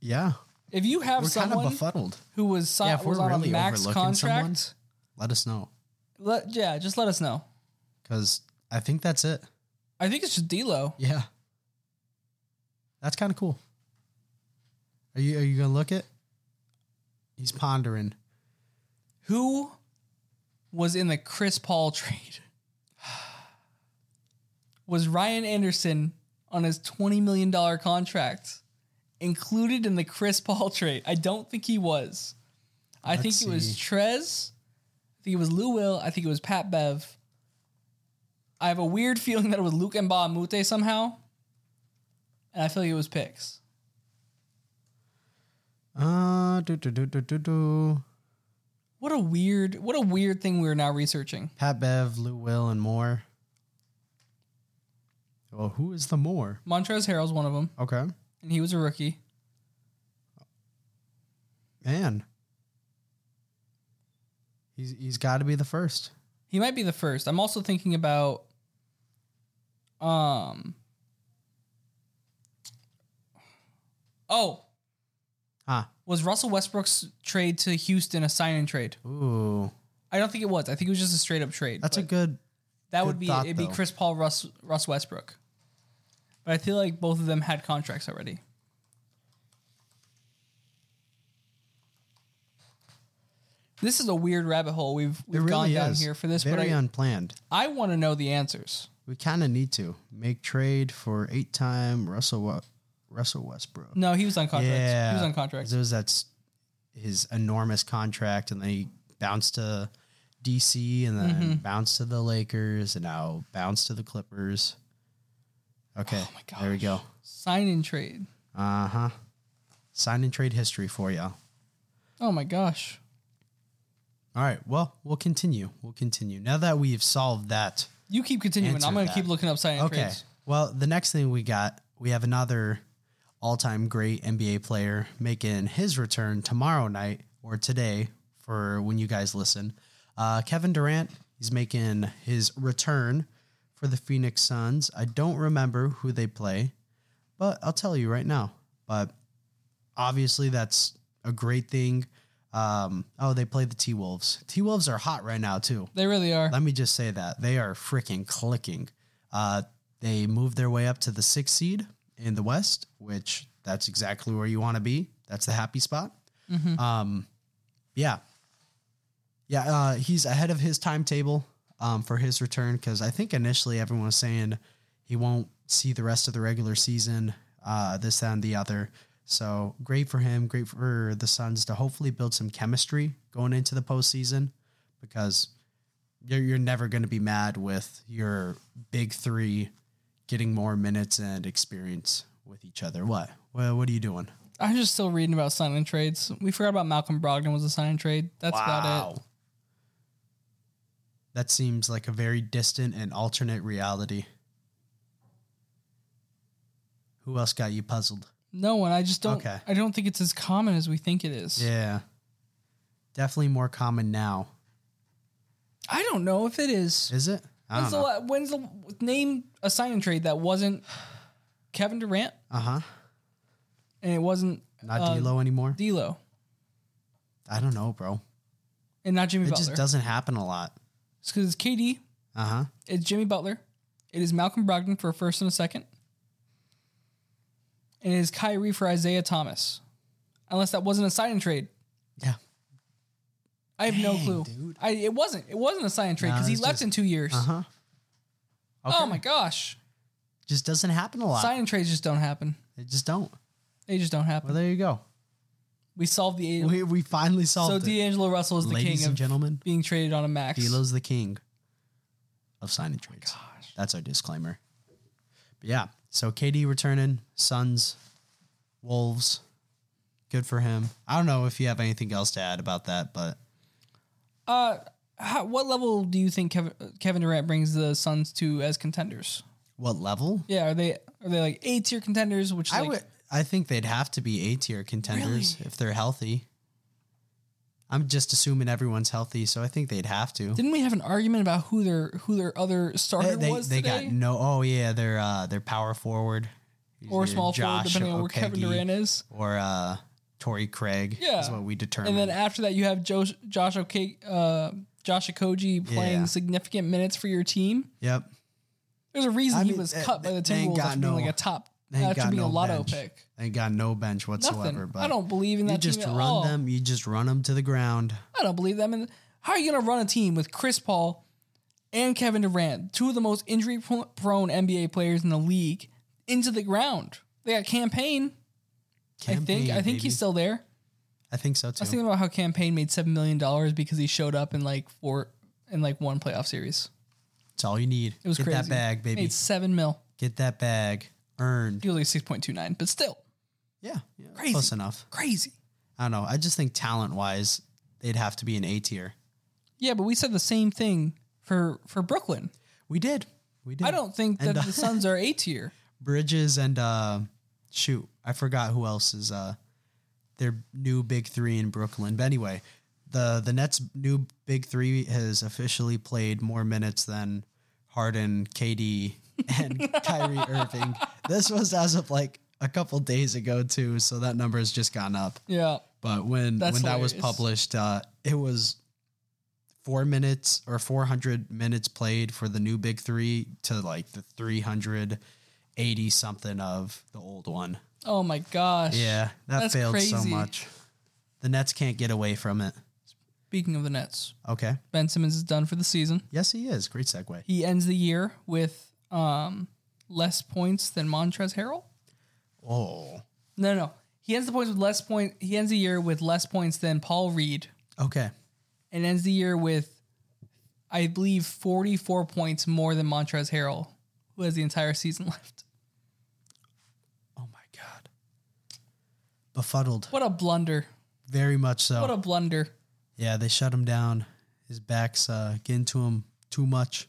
[SPEAKER 1] Yeah,
[SPEAKER 2] If you have
[SPEAKER 1] we're kind of
[SPEAKER 2] someone
[SPEAKER 1] befuddled.
[SPEAKER 2] who was, si-
[SPEAKER 1] Yeah, if
[SPEAKER 2] was
[SPEAKER 1] we're
[SPEAKER 2] on
[SPEAKER 1] really
[SPEAKER 2] a max
[SPEAKER 1] overlooking someone-
[SPEAKER 2] contract,
[SPEAKER 1] Let us know
[SPEAKER 2] let, yeah, just let us know.
[SPEAKER 1] because I think that's it.
[SPEAKER 2] I think it's just D'Lo.
[SPEAKER 1] Yeah, that's kind of cool. Are you are you gonna look it? He's pondering.
[SPEAKER 2] Who was in the Chris Paul trade? was Ryan Anderson on his $20 million contract included in the Chris Paul trade? I don't think he was. I
[SPEAKER 1] Let's
[SPEAKER 2] think it was
[SPEAKER 1] see.
[SPEAKER 2] Trez. I think it was Lou Will. I think it was Pat Bev. I have a weird feeling that it was Luke and Mute somehow. And I feel like it was picks.
[SPEAKER 1] Uh, do do do do do do.
[SPEAKER 2] What a weird, what a weird thing we're now researching.
[SPEAKER 1] Pat Bev, Lou Will, and more. Well, who is the more?
[SPEAKER 2] Montrez Harrell's one of them,
[SPEAKER 1] Okay.
[SPEAKER 2] and he was a rookie.
[SPEAKER 1] Man. He's he's gotta be the first.
[SPEAKER 2] He might be the first. I'm also thinking about um Oh,
[SPEAKER 1] Huh.
[SPEAKER 2] was Russell Westbrook's trade to Houston a sign and trade?
[SPEAKER 1] Ooh.
[SPEAKER 2] I don't think it was. I think it was just a straight up trade.
[SPEAKER 1] That's a
[SPEAKER 2] but
[SPEAKER 1] good
[SPEAKER 2] that
[SPEAKER 1] good
[SPEAKER 2] would be
[SPEAKER 1] thought,
[SPEAKER 2] it'd
[SPEAKER 1] though.
[SPEAKER 2] be Chris Paul Russ Russ Westbrook. But I feel like both of them had contracts already. This is a weird rabbit hole we've we've
[SPEAKER 1] it
[SPEAKER 2] gone
[SPEAKER 1] really
[SPEAKER 2] down
[SPEAKER 1] is
[SPEAKER 2] here for this,
[SPEAKER 1] Very
[SPEAKER 2] but I,
[SPEAKER 1] unplanned.
[SPEAKER 2] I want to know the answers.
[SPEAKER 1] We kinda need to. Make trade for eight time Russell Wa- Russell Westbrook.
[SPEAKER 2] No, he was on contract.
[SPEAKER 1] Yeah.
[SPEAKER 2] He was on contract.
[SPEAKER 1] 'Cause It was that's his enormous contract and then he bounced to DC and
[SPEAKER 2] Mm-hmm.
[SPEAKER 1] then bounced to the Lakers and now bounced to the Clippers. Okay.
[SPEAKER 2] Oh my
[SPEAKER 1] There we go.
[SPEAKER 2] gosh. Sign and trade.
[SPEAKER 1] Uh huh. Sign and trade history for y'all.
[SPEAKER 2] Oh my gosh.
[SPEAKER 1] All right. Well, we'll continue. We'll continue. Now that we've solved that.
[SPEAKER 2] You keep continuing.
[SPEAKER 1] Answer
[SPEAKER 2] I'm going to
[SPEAKER 1] that.
[SPEAKER 2] keep looking up sign and
[SPEAKER 1] okay.
[SPEAKER 2] trades.
[SPEAKER 1] Well, the next thing we got, we have another all time great NBA player making his return tomorrow night or today for when you guys listen. Uh, Kevin Durant, he's making his return for the Phoenix Suns. I don't remember who they play, but I'll tell you right now. But obviously, that's a great thing. Um, oh, they play the T Wolves. T Wolves are hot right now, too.
[SPEAKER 2] They really are.
[SPEAKER 1] Let me just say that they are freaking clicking. Uh, they moved their way up to the sixth seed in the West, which that's exactly where you want to be. That's the happy spot. Um, yeah, yeah. Uh, he's ahead of his timetable um, for his return because I think initially everyone was saying he won't see the rest of the regular season. Uh, this, that, and the other. So great for him. Great for the Suns to hopefully build some chemistry going into the postseason because you're, you're never going to be mad with your big three getting more minutes and experience with each other. What? Well, what are you doing?
[SPEAKER 2] I'm just still reading about sign and trades. We forgot about Malcolm Brogdon was a sign and trade. That's about it.
[SPEAKER 1] That seems like a very distant and alternate reality. Who else got you puzzled?
[SPEAKER 2] No one. I just don't.
[SPEAKER 1] Okay.
[SPEAKER 2] I don't think it's as common as we think it is.
[SPEAKER 1] Yeah. Definitely more common now.
[SPEAKER 2] I don't know if it is.
[SPEAKER 1] Is it? I
[SPEAKER 2] When's
[SPEAKER 1] don't
[SPEAKER 2] the,
[SPEAKER 1] know.
[SPEAKER 2] la- when's the name a sign and trade that wasn't Kevin Durant
[SPEAKER 1] Uh huh.
[SPEAKER 2] and it wasn't
[SPEAKER 1] Not
[SPEAKER 2] uh,
[SPEAKER 1] D'Lo anymore.
[SPEAKER 2] D'Lo
[SPEAKER 1] I don't know, bro.
[SPEAKER 2] and not Jimmy
[SPEAKER 1] It
[SPEAKER 2] Butler?
[SPEAKER 1] just doesn't happen a lot.
[SPEAKER 2] It's because it's KD.
[SPEAKER 1] Uh huh.
[SPEAKER 2] It's Jimmy Butler. It is Malcolm Brogdon for a first and a second. And it is Kyrie for Isaiah Thomas. Unless that wasn't a sign and trade.
[SPEAKER 1] Yeah.
[SPEAKER 2] I have no
[SPEAKER 1] Dang,
[SPEAKER 2] clue.
[SPEAKER 1] dude.
[SPEAKER 2] I it wasn't. It wasn't a sign and trade
[SPEAKER 1] No,
[SPEAKER 2] because he
[SPEAKER 1] it's
[SPEAKER 2] left
[SPEAKER 1] just-
[SPEAKER 2] in two years.
[SPEAKER 1] Uh huh.
[SPEAKER 2] Oh my gosh.
[SPEAKER 1] Just doesn't happen a lot.
[SPEAKER 2] Sign and trades just don't happen.
[SPEAKER 1] It just don't.
[SPEAKER 2] They just don't happen.
[SPEAKER 1] Well, there you go.
[SPEAKER 2] we solved the
[SPEAKER 1] We, we finally
[SPEAKER 2] So
[SPEAKER 1] solved it.
[SPEAKER 2] D'Angelo Russell is the
[SPEAKER 1] Ladies
[SPEAKER 2] king
[SPEAKER 1] and
[SPEAKER 2] of
[SPEAKER 1] gentlemen,
[SPEAKER 2] being traded on a max.
[SPEAKER 1] D'Lo's the king of sign
[SPEAKER 2] Oh
[SPEAKER 1] and trades. That's our disclaimer. But yeah, so KD returning, Suns, Wolves. Good for him. I don't know if you have anything else to add about that, but
[SPEAKER 2] Uh, how, what level do you think Kevin, Kevin Durant brings the Suns to as contenders?
[SPEAKER 1] what level?
[SPEAKER 2] Yeah, are they are they like A tier contenders? Which
[SPEAKER 1] I
[SPEAKER 2] like,
[SPEAKER 1] would. I think they'd have to be A tier contenders if they're healthy. I'm just assuming everyone's healthy, so I think they'd have to.
[SPEAKER 2] Didn't we have an argument about who their who their other starter
[SPEAKER 1] They, they,
[SPEAKER 2] was
[SPEAKER 1] they
[SPEAKER 2] today?
[SPEAKER 1] got no. Oh yeah, they're uh, they're power forward
[SPEAKER 2] or
[SPEAKER 1] Your
[SPEAKER 2] small forward,
[SPEAKER 1] Josh
[SPEAKER 2] depending on where Kevin
[SPEAKER 1] Okogie
[SPEAKER 2] Durant is.
[SPEAKER 1] or uh, Torrey Craig. is
[SPEAKER 2] Yeah.
[SPEAKER 1] what we determined.
[SPEAKER 2] And then after that, you have Josh Josh okay, uh, Josh Okoji playing
[SPEAKER 1] Yeah.
[SPEAKER 2] significant minutes for your team.
[SPEAKER 1] yep.
[SPEAKER 2] There's a reason
[SPEAKER 1] I
[SPEAKER 2] he
[SPEAKER 1] mean,
[SPEAKER 2] was
[SPEAKER 1] they-
[SPEAKER 2] cut by the
[SPEAKER 1] they ain't
[SPEAKER 2] Timberwolves
[SPEAKER 1] got
[SPEAKER 2] after being
[SPEAKER 1] no-
[SPEAKER 2] like a top
[SPEAKER 1] they ain't
[SPEAKER 2] after
[SPEAKER 1] got
[SPEAKER 2] being a
[SPEAKER 1] no
[SPEAKER 2] lotto
[SPEAKER 1] bench
[SPEAKER 2] pick.
[SPEAKER 1] They got no bench whatsoever.
[SPEAKER 2] Nothing.
[SPEAKER 1] But
[SPEAKER 2] I don't believe in that
[SPEAKER 1] You just
[SPEAKER 2] team at
[SPEAKER 1] run
[SPEAKER 2] all.
[SPEAKER 1] them. You just run them to the ground.
[SPEAKER 2] I don't believe them. And how are you going to run a team with Chris Paul and Kevin Durant, two of the most injury pro- prone NBA players in the league, into the ground? They got campaign. I think.
[SPEAKER 1] Campaign,
[SPEAKER 2] I think
[SPEAKER 1] baby.
[SPEAKER 2] he's still there.
[SPEAKER 1] I think so
[SPEAKER 2] I
[SPEAKER 1] too.
[SPEAKER 2] was thinking about how campaign made seven million dollars because he showed up in like four in like one playoff series.
[SPEAKER 1] it's all you need.
[SPEAKER 2] It was
[SPEAKER 1] Get
[SPEAKER 2] crazy.
[SPEAKER 1] that bag, baby.
[SPEAKER 2] Made seven mil.
[SPEAKER 1] Get that bag earned.
[SPEAKER 2] He was like six point two nine, but still
[SPEAKER 1] Yeah, yeah,
[SPEAKER 2] Crazy.
[SPEAKER 1] close enough.
[SPEAKER 2] crazy.
[SPEAKER 1] I don't know. I just think talent wise, they'd have to be an A tier.
[SPEAKER 2] Yeah, but we said the same thing for for Brooklyn.
[SPEAKER 1] We did. We did.
[SPEAKER 2] I don't think that
[SPEAKER 1] And, uh,
[SPEAKER 2] the Suns are A tier.
[SPEAKER 1] Bridges and uh, shoot, I forgot who else is uh, their new big three in Brooklyn. But anyway, the the Nets' new big three has officially played more minutes than Harden, KD, and Kyrie Irving. This was as of like a couple days ago too, so that number has just gone up.
[SPEAKER 2] Yeah,
[SPEAKER 1] But when
[SPEAKER 2] That's
[SPEAKER 1] when that was
[SPEAKER 2] hilarious.
[SPEAKER 1] published, uh, it was four minutes or four hundred minutes played for the new big three to like the three hundred eighty something of the old one.
[SPEAKER 2] Oh my gosh.
[SPEAKER 1] Yeah, that
[SPEAKER 2] That's
[SPEAKER 1] failed so
[SPEAKER 2] crazy.
[SPEAKER 1] much. The Nets can't get away from it.
[SPEAKER 2] Speaking of the Nets,
[SPEAKER 1] Okay.
[SPEAKER 2] Ben Simmons is done for the season.
[SPEAKER 1] Yes, he is. Great segue.
[SPEAKER 2] He ends the year with um, less points than Montrez Harrell.
[SPEAKER 1] Oh.
[SPEAKER 2] No, no, he ends the points with less point. He ends the year with less points than Paul Reed,
[SPEAKER 1] Okay.
[SPEAKER 2] and ends the year with, I believe, forty four points more than Montrez Harrell, who has the entire season left.
[SPEAKER 1] Oh my God. Befuddled.
[SPEAKER 2] What a blunder!
[SPEAKER 1] Very much so.
[SPEAKER 2] What a blunder!
[SPEAKER 1] Yeah, they shut him down. His back's uh, getting to him too much.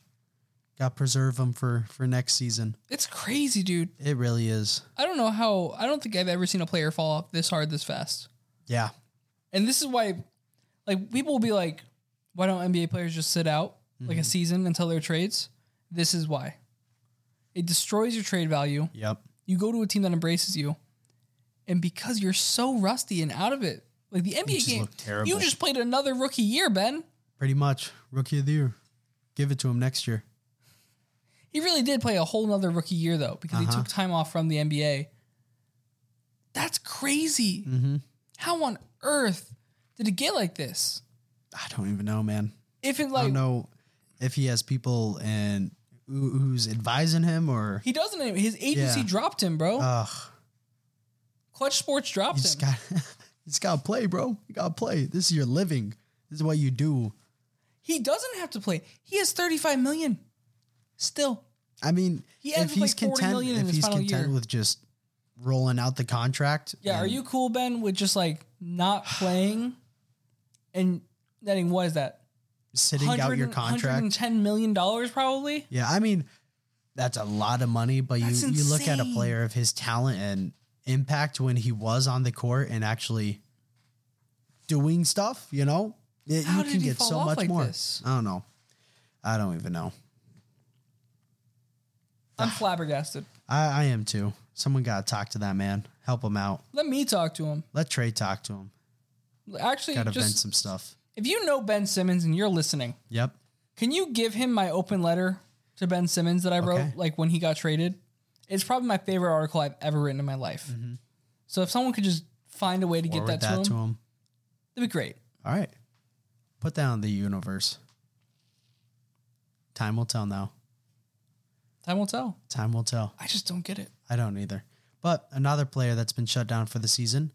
[SPEAKER 1] Got preserve him for for next season.
[SPEAKER 2] It's crazy, dude.
[SPEAKER 1] It really is.
[SPEAKER 2] I don't know how. I don't think I've ever seen a player fall off this hard this fast.
[SPEAKER 1] Yeah,
[SPEAKER 2] And this is why, like, people will be like, why don't NBA players just sit out like a season until their trades? This is why. It destroys your trade value.
[SPEAKER 1] yep.
[SPEAKER 2] You go to a team that embraces you, and because you're so rusty and out of it, like the NBA
[SPEAKER 1] just
[SPEAKER 2] game,
[SPEAKER 1] look terrible.
[SPEAKER 2] you just played another rookie year, Ben.
[SPEAKER 1] Pretty much rookie of the year. Give it to him next year.
[SPEAKER 2] He really did play a whole nother rookie year though, because he
[SPEAKER 1] Uh-huh.
[SPEAKER 2] took time off from the NBA. That's crazy.
[SPEAKER 1] Mm-hmm.
[SPEAKER 2] How on earth did it get like this?
[SPEAKER 1] I don't even know, man.
[SPEAKER 2] If it
[SPEAKER 1] I
[SPEAKER 2] like
[SPEAKER 1] don't know if he has people and who, who's advising him or.
[SPEAKER 2] He doesn't. anymore. His agency
[SPEAKER 1] Yeah.
[SPEAKER 2] dropped him, bro.
[SPEAKER 1] Ugh,
[SPEAKER 2] Clutch Sports
[SPEAKER 1] you
[SPEAKER 2] dropped him.
[SPEAKER 1] just got. It's got to play, bro. You got to play. This is your living. This is what you do.
[SPEAKER 2] he doesn't have to play. He has 35 million. Still,
[SPEAKER 1] I mean,
[SPEAKER 2] He
[SPEAKER 1] if
[SPEAKER 2] ends with,
[SPEAKER 1] he's
[SPEAKER 2] like, 40
[SPEAKER 1] content,
[SPEAKER 2] million in
[SPEAKER 1] if
[SPEAKER 2] his
[SPEAKER 1] he's
[SPEAKER 2] final
[SPEAKER 1] content
[SPEAKER 2] year.
[SPEAKER 1] with just rolling out the contract,
[SPEAKER 2] yeah. Are
[SPEAKER 1] and-
[SPEAKER 2] you cool, Ben, with just like not playing and netting what is that?
[SPEAKER 1] sitting out your
[SPEAKER 2] 100
[SPEAKER 1] contract.
[SPEAKER 2] 110 million dollars probably.
[SPEAKER 1] Yeah, I mean, that's a lot of money, but you,
[SPEAKER 2] That's
[SPEAKER 1] you look at a
[SPEAKER 2] insane.
[SPEAKER 1] player of his talent and impact when he was on the court and actually doing stuff, you know, it,
[SPEAKER 2] How
[SPEAKER 1] you
[SPEAKER 2] did
[SPEAKER 1] can
[SPEAKER 2] he
[SPEAKER 1] get
[SPEAKER 2] fall
[SPEAKER 1] so
[SPEAKER 2] off
[SPEAKER 1] much
[SPEAKER 2] like
[SPEAKER 1] more.
[SPEAKER 2] this?
[SPEAKER 1] I don't know. I don't even know.
[SPEAKER 2] I'm flabbergasted.
[SPEAKER 1] I, I am too. Someone got to talk to that man, help him out.
[SPEAKER 2] Let me talk to him.
[SPEAKER 1] Let Trey talk to him.
[SPEAKER 2] Actually,
[SPEAKER 1] Got to vent
[SPEAKER 2] just
[SPEAKER 1] some stuff.
[SPEAKER 2] if you know Ben Simmons and you're listening,
[SPEAKER 1] Yep.
[SPEAKER 2] Can you give him my open letter to Ben Simmons that I wrote
[SPEAKER 1] Okay.
[SPEAKER 2] like when he got traded? It's probably my favorite article I've ever written in my life. So if someone could just find a way to
[SPEAKER 1] Mm-hmm. Forward
[SPEAKER 2] get that, to, him,
[SPEAKER 1] to him.
[SPEAKER 2] that'd be great.
[SPEAKER 1] All right. Put that on the universe. Time will tell now.
[SPEAKER 2] Time will tell.
[SPEAKER 1] Time will tell.
[SPEAKER 2] I just don't get it.
[SPEAKER 1] I don't either. But another player that's been shut down for the season,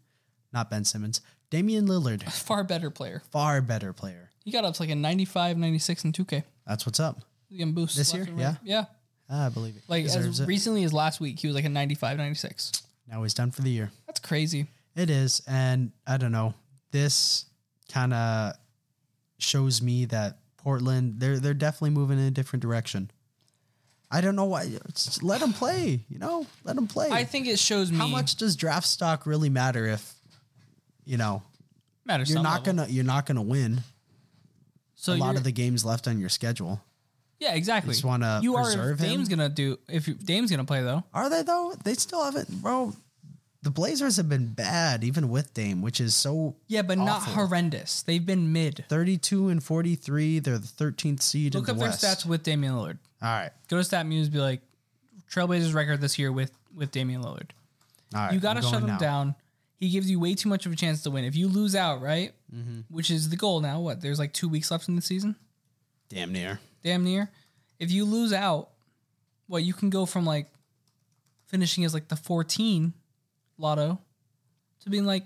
[SPEAKER 1] not Ben Simmons, Damian Lillard,
[SPEAKER 2] Far better player.
[SPEAKER 1] far better player.
[SPEAKER 2] He got up to like a 95, 96 in 2K.
[SPEAKER 1] That's what's up.
[SPEAKER 2] He can boost
[SPEAKER 1] This
[SPEAKER 2] left
[SPEAKER 1] year?
[SPEAKER 2] and right. Yeah.
[SPEAKER 1] I believe it.
[SPEAKER 2] Like
[SPEAKER 1] Deserves
[SPEAKER 2] as
[SPEAKER 1] it.
[SPEAKER 2] recently as last week, he was like a 95, 96.
[SPEAKER 1] Now he's done for the year.
[SPEAKER 2] That's crazy.
[SPEAKER 1] It is, and I don't know. This kind of shows me that Portland they're they're definitely moving in a different direction. I don't know why. Just let him play. You know, let him play.
[SPEAKER 2] I think it shows me
[SPEAKER 1] How much does draft stock really matter if you know
[SPEAKER 2] matters.
[SPEAKER 1] you're
[SPEAKER 2] some
[SPEAKER 1] not
[SPEAKER 2] level.
[SPEAKER 1] gonna you're not gonna win
[SPEAKER 2] So
[SPEAKER 1] a lot
[SPEAKER 2] you're-
[SPEAKER 1] of the games left on your schedule?
[SPEAKER 2] yeah, exactly.
[SPEAKER 1] just wanna
[SPEAKER 2] you are. If
[SPEAKER 1] preserve him.
[SPEAKER 2] Dame's gonna do if you- Dame's gonna play though.
[SPEAKER 1] Are they though? They still haven't, bro. The Blazers have been bad even with Dame, which is so
[SPEAKER 2] Yeah, but not
[SPEAKER 1] awful.
[SPEAKER 2] horrendous. They've been mid.
[SPEAKER 1] 32 and 43. They're the 13th seed
[SPEAKER 2] Look
[SPEAKER 1] in
[SPEAKER 2] up
[SPEAKER 1] the
[SPEAKER 2] their
[SPEAKER 1] West.
[SPEAKER 2] stats with Damian Lillard.
[SPEAKER 1] All right.
[SPEAKER 2] Go to StatMuse, be like Trailblazers record this year with with Damian Lillard.
[SPEAKER 1] All right.
[SPEAKER 2] you got to
[SPEAKER 1] I'm going
[SPEAKER 2] shut him
[SPEAKER 1] now.
[SPEAKER 2] down. He gives you way too much of a chance to win. If you lose out, right,
[SPEAKER 1] Mm-hmm.
[SPEAKER 2] which is the goal now. What? There's like two weeks left in the season,
[SPEAKER 1] Damn near.
[SPEAKER 2] damn near. If you lose out, what you can go from like finishing as like the 14 lotto to being like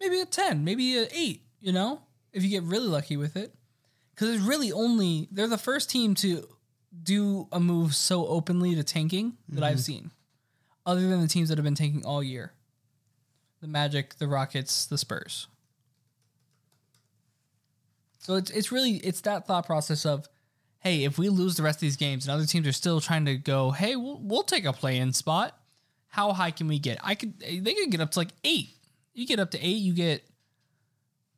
[SPEAKER 2] maybe a 10, maybe a 8. You know, if you get really lucky with it, because it's really only they're the first team to do a move so openly to tanking that I've seen, other than the teams that have been tanking all year the Magic, the Rockets, the Spurs. So it's it's really it's that thought process of, hey, if we lose the rest of these games and other teams are still trying to go, hey, we'll we'll take a play in spot. How high can we get? I could they could get up to like eight. You get up to eight, you get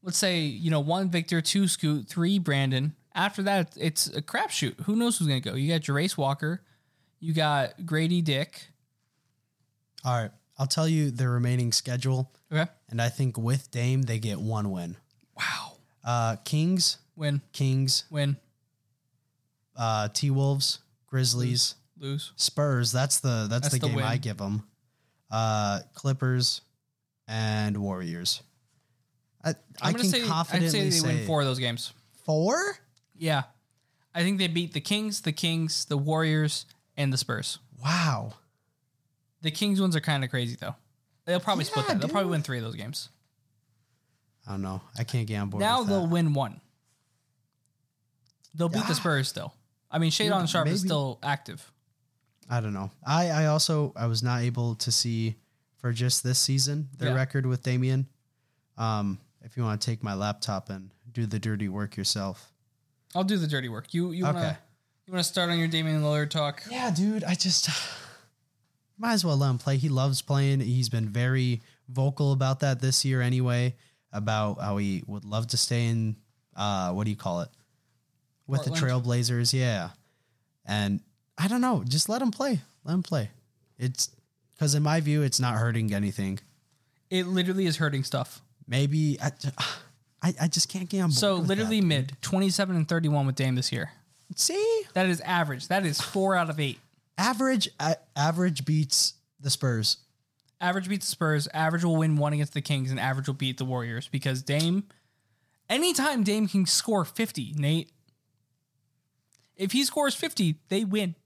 [SPEAKER 2] let's say, you know, one Victor, two Scoot, three Brandon. After that, it's a crapshoot. Who knows who's gonna go? You got Jerace Walker, you got Grady Dick.
[SPEAKER 1] All right. I'll tell you the remaining schedule.
[SPEAKER 2] Okay.
[SPEAKER 1] And I think with Dame, they get one win.
[SPEAKER 2] Wow.
[SPEAKER 1] Uh, Kings,
[SPEAKER 2] Win,
[SPEAKER 1] Kings,
[SPEAKER 2] win,
[SPEAKER 1] uh, T Wolves, Grizzlies,
[SPEAKER 2] lose.
[SPEAKER 1] Spurs. That's the that's,
[SPEAKER 2] That's
[SPEAKER 1] the
[SPEAKER 2] the
[SPEAKER 1] game I
[SPEAKER 2] win.
[SPEAKER 1] give them. Uh, Clippers and Warriors. I, I
[SPEAKER 2] I'm gonna
[SPEAKER 1] can
[SPEAKER 2] say I'd
[SPEAKER 1] confidently
[SPEAKER 2] say they win
[SPEAKER 1] four.
[SPEAKER 2] four of those games.
[SPEAKER 1] Four?
[SPEAKER 2] Yeah, I think they beat the Kings, the Kings, the Warriors, and the Spurs.
[SPEAKER 1] Wow.
[SPEAKER 2] The Kings ones are kind of crazy though. They'll probably split
[SPEAKER 1] Yeah,
[SPEAKER 2] that. They'll probably
[SPEAKER 1] dude.
[SPEAKER 2] win three of those games.
[SPEAKER 1] I don't know. I can't get on board.
[SPEAKER 2] now
[SPEAKER 1] with that.
[SPEAKER 2] they'll win one. They'll beat
[SPEAKER 1] Ah.
[SPEAKER 2] the Spurs still. I mean, Shadon
[SPEAKER 1] Dude,
[SPEAKER 2] Sharp is
[SPEAKER 1] maybe-
[SPEAKER 2] still active.
[SPEAKER 1] I don't know. I, I also I was not able to see for just this season their
[SPEAKER 2] Yeah.
[SPEAKER 1] record with Damien. Um, if you want to take my laptop and do the dirty work yourself.
[SPEAKER 2] I'll do the dirty work. You you wanna
[SPEAKER 1] Okay.
[SPEAKER 2] you wanna start on your Damian Lillard talk?
[SPEAKER 1] Yeah, dude. I just might as well let him play. He loves playing. He's been very vocal about that this year anyway, about how he would love to stay in uh what do you call it? With
[SPEAKER 2] Portland.
[SPEAKER 1] the Trailblazers, yeah. And I don't know, just let him play. Let him play. It's because in my view, it's not hurting anything.
[SPEAKER 2] It literally is hurting stuff.
[SPEAKER 1] Maybe I, ju- I, I just can't get on board.
[SPEAKER 2] So
[SPEAKER 1] with
[SPEAKER 2] literally mid twenty seven and thirty one with Dame this year.
[SPEAKER 1] that. see,
[SPEAKER 2] That is average. That is four out of eight.
[SPEAKER 1] average a average beats the Spurs.
[SPEAKER 2] Average beats the Spurs. Average will win one against the Kings, and average will beat the Warriors because Dame. Anytime Dame can score fifty, Nate. If he scores fifty, they win.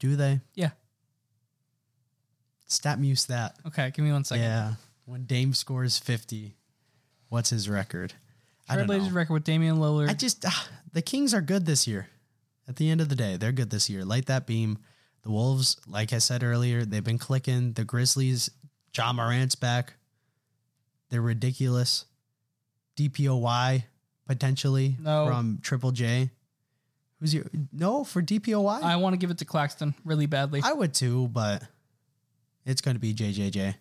[SPEAKER 1] Do they
[SPEAKER 2] Yeah.
[SPEAKER 1] stat muse that?
[SPEAKER 2] Okay. Give me one second.
[SPEAKER 1] Yeah, when Dame scores fifty, what's his record? I don't
[SPEAKER 2] Trailblazers
[SPEAKER 1] know.
[SPEAKER 2] record with Damian Lillard.
[SPEAKER 1] I just ah, the Kings are good this year. At the end of the day, they're good this year. Light that beam. The Wolves, like I said earlier, they've been clicking. The Grizzlies, John Morant's back. They're ridiculous. DPOY potentially
[SPEAKER 2] No.
[SPEAKER 1] from Triple J. Who's your no for DPOY?
[SPEAKER 2] I, want to give it to Claxton really badly.
[SPEAKER 1] I would too, but it's going to be JJJ.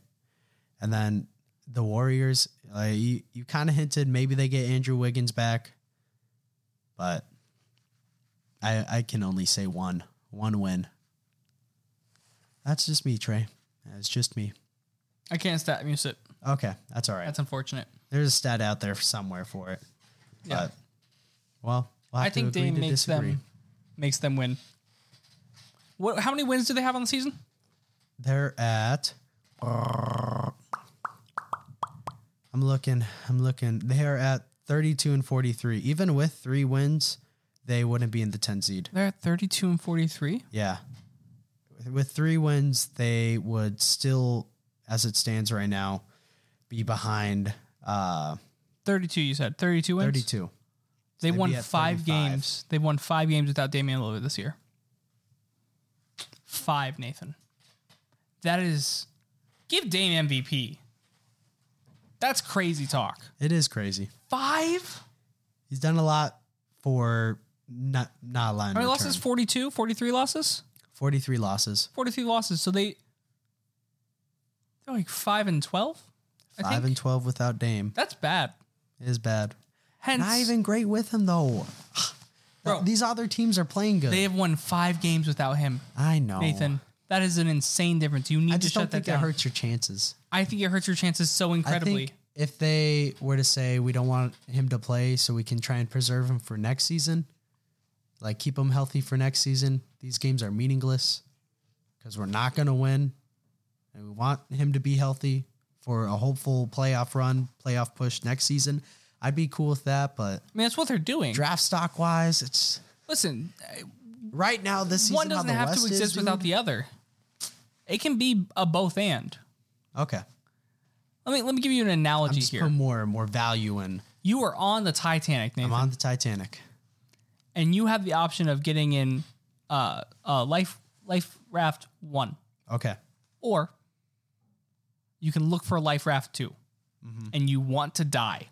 [SPEAKER 1] And then the Warriors, uh, you, you kind of hinted maybe they get Andrew Wiggins back, but I, I can only say one, one win. That's just me, Trey. That's just me.
[SPEAKER 2] I can't stat muse it.
[SPEAKER 1] Okay, that's all right.
[SPEAKER 2] That's unfortunate.
[SPEAKER 1] There's a stat out there somewhere for it.
[SPEAKER 2] Yeah.
[SPEAKER 1] But, well, we'll
[SPEAKER 2] I
[SPEAKER 1] have to
[SPEAKER 2] think
[SPEAKER 1] agree
[SPEAKER 2] Dame
[SPEAKER 1] to
[SPEAKER 2] makes
[SPEAKER 1] disagree.
[SPEAKER 2] them makes them win. What? How many wins do they have on the season?
[SPEAKER 1] They're at. I'm looking. I'm looking. They are at 32 and 43. Even with three wins, they wouldn't be in the 10 seed.
[SPEAKER 2] They're at thirty-two and forty-three.
[SPEAKER 1] Yeah. With three wins, they would still, as it stands right now, be behind uh,
[SPEAKER 2] Thirty-two. You said thirty-two wins.
[SPEAKER 1] 32.
[SPEAKER 2] They
[SPEAKER 1] They'd
[SPEAKER 2] won
[SPEAKER 1] be at
[SPEAKER 2] five
[SPEAKER 1] 35.
[SPEAKER 2] games. They won five games without Damian Lillard this year. Five, Nathan. That is give Dame MVP. That's crazy talk.
[SPEAKER 1] It is crazy.
[SPEAKER 2] Five?
[SPEAKER 1] He's done a lot for not not a line.
[SPEAKER 3] How many
[SPEAKER 1] return.
[SPEAKER 3] losses? 42, 43 losses?
[SPEAKER 1] Forty three losses,
[SPEAKER 3] 43 losses. So they they're like 5 and 12. I
[SPEAKER 1] five
[SPEAKER 3] think
[SPEAKER 1] and twelve without Dame
[SPEAKER 3] that's bad.
[SPEAKER 1] is bad.
[SPEAKER 3] Hence
[SPEAKER 1] Not even great with him though.
[SPEAKER 3] Bro.
[SPEAKER 1] These other teams are playing good.
[SPEAKER 3] they have won 5 games without him.
[SPEAKER 1] I know,
[SPEAKER 3] Nathan, that is an insane difference. You need
[SPEAKER 1] I
[SPEAKER 3] to
[SPEAKER 1] just
[SPEAKER 3] shut
[SPEAKER 1] don't
[SPEAKER 3] that
[SPEAKER 1] think
[SPEAKER 3] down.
[SPEAKER 1] it hurts your chances.
[SPEAKER 3] I think it hurts your chances so incredibly.
[SPEAKER 1] I think if they were to say we don't want him to play, so we can try and preserve him for next season, like keep him healthy for next season. These games are meaningless because we're not going to win, and we want him to be healthy for a hopeful playoff run, playoff push next season. I'd be cool with that, but
[SPEAKER 3] I mean, that's what they're doing.
[SPEAKER 1] draft stock wise, it's
[SPEAKER 3] Listen,
[SPEAKER 1] right now this season.
[SPEAKER 2] One
[SPEAKER 1] how
[SPEAKER 2] doesn't
[SPEAKER 1] the
[SPEAKER 2] have to
[SPEAKER 1] West is,
[SPEAKER 2] exist without
[SPEAKER 1] dude.
[SPEAKER 2] the other. It can be a both and.
[SPEAKER 1] Okay,
[SPEAKER 2] Let me let me give you an analogy
[SPEAKER 1] just put
[SPEAKER 2] here.
[SPEAKER 1] more more value in.
[SPEAKER 2] You are on the Titanic, Nathan,
[SPEAKER 1] I'm on the Titanic.
[SPEAKER 2] and you have the option of getting in uh, uh, life life raft one,
[SPEAKER 1] Okay,
[SPEAKER 2] or you can look for life raft 2
[SPEAKER 1] Mm-hmm.
[SPEAKER 2] and you want to die.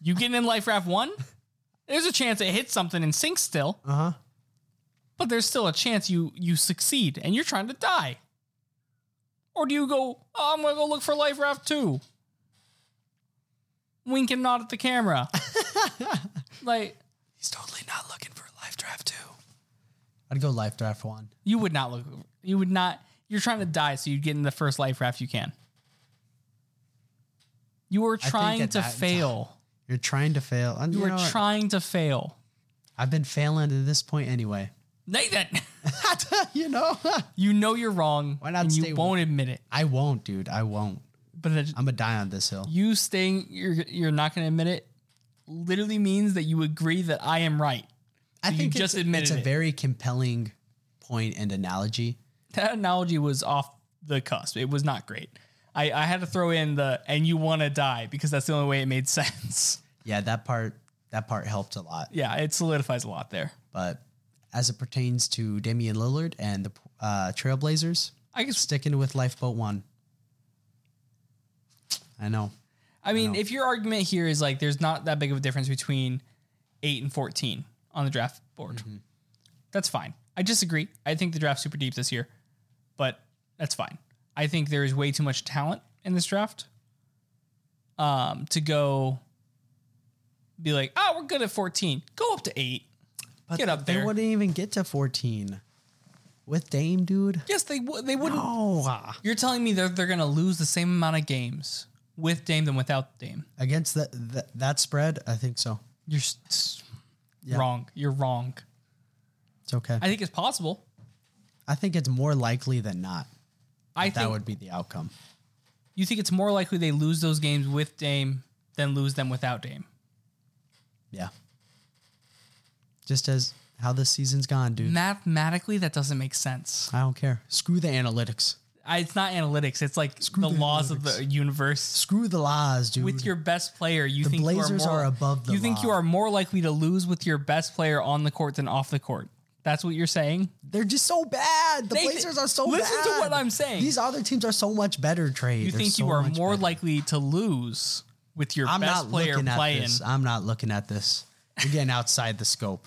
[SPEAKER 2] you getting in life raft one? There's a chance it hits something and sinks still. Uh
[SPEAKER 1] Uh-huh.
[SPEAKER 2] But there's still a chance you you succeed and you're trying to die. Or do you go? Oh, I'm gonna go look for life raft two. Wink and nod at the camera. like
[SPEAKER 1] he's totally not looking for life draft two. I'd go life draft one.
[SPEAKER 2] you would not look. You would not. You're trying to die, so you get in the first life raft you can. You were
[SPEAKER 1] think
[SPEAKER 2] trying
[SPEAKER 1] at
[SPEAKER 2] to
[SPEAKER 1] that
[SPEAKER 2] fail.
[SPEAKER 1] You're trying to fail. And
[SPEAKER 2] You
[SPEAKER 1] you
[SPEAKER 2] were
[SPEAKER 1] know what?
[SPEAKER 2] trying to fail.
[SPEAKER 1] I've been failing to this point anyway.
[SPEAKER 2] Nathan,
[SPEAKER 1] you know,
[SPEAKER 2] you know you're wrong.
[SPEAKER 1] Why not
[SPEAKER 2] And
[SPEAKER 1] stay-
[SPEAKER 2] you won't admit it.
[SPEAKER 1] I won't, dude. I won't.
[SPEAKER 2] But it,
[SPEAKER 1] I'm gonna die on this hill.
[SPEAKER 2] you staying, you're you're not going to admit it. Literally means that you agree that I am right.
[SPEAKER 1] I think
[SPEAKER 2] just
[SPEAKER 1] it's,
[SPEAKER 2] admitted
[SPEAKER 1] it's a
[SPEAKER 2] it.
[SPEAKER 1] very compelling point and analogy.
[SPEAKER 2] That analogy was off the cusp. It was not great. I, I had to throw in the and you want to die because that's the only way it made sense.
[SPEAKER 1] Yeah, that part that part helped a lot.
[SPEAKER 2] yeah, it solidifies a lot there.
[SPEAKER 1] But as it pertains to Damian Lillard and the uh, Trailblazers,
[SPEAKER 2] I guess
[SPEAKER 1] sticking with Lifeboat One. I know.
[SPEAKER 2] I mean, if your argument here is like there's not that big of a difference between eight and fourteen on the draft board,
[SPEAKER 1] Mm-hmm.
[SPEAKER 2] that's fine. I disagree. I think the draft's super deep this year, but that's fine. I think there is way too much talent in this draft um, to go be like, oh, we're good at fourteen. Go up to eight.
[SPEAKER 1] But
[SPEAKER 2] Get up
[SPEAKER 1] they
[SPEAKER 2] there.
[SPEAKER 1] wouldn't even get to 14 with Dame, dude.
[SPEAKER 2] Yes, they would. They wouldn't.
[SPEAKER 1] Oh, ah.
[SPEAKER 2] You're telling me they're they're gonna lose the same amount of games with Dame than without Dame.
[SPEAKER 1] against that that, that spread, I think so.
[SPEAKER 2] You're s- wrong. You're wrong.
[SPEAKER 1] It's okay.
[SPEAKER 2] I
[SPEAKER 1] I,
[SPEAKER 2] think it's possible.
[SPEAKER 1] think it's more likely than not
[SPEAKER 2] I
[SPEAKER 1] that
[SPEAKER 2] think
[SPEAKER 1] would be the outcome.
[SPEAKER 2] you think it's more likely they lose those games with Dame than lose them without Dame.
[SPEAKER 1] Yeah. Just as how this season's gone, dude.
[SPEAKER 2] Mathematically, that doesn't make sense.
[SPEAKER 1] I don't care. Screw the analytics.
[SPEAKER 2] I, it's not analytics. It's like the,
[SPEAKER 1] the
[SPEAKER 2] laws of the universe.
[SPEAKER 1] Screw the lies, dude.
[SPEAKER 2] With your best player, you think
[SPEAKER 1] Blazers
[SPEAKER 2] you are, more,
[SPEAKER 1] are above the
[SPEAKER 2] You think you
[SPEAKER 1] law.
[SPEAKER 2] are more likely to lose with your best player on the court than off the court. That's what you're saying.
[SPEAKER 1] They're just so bad. The
[SPEAKER 2] Nathan,
[SPEAKER 1] Blazers are so
[SPEAKER 2] listen
[SPEAKER 1] bad.
[SPEAKER 2] to what I'm saying.
[SPEAKER 1] These other teams are so much better, Trey.
[SPEAKER 2] You think you are more likely to lose with your
[SPEAKER 1] I'm
[SPEAKER 2] best
[SPEAKER 1] not
[SPEAKER 2] player
[SPEAKER 1] looking at
[SPEAKER 2] playing.
[SPEAKER 1] this. I'm not looking at this. You're getting outside the scope.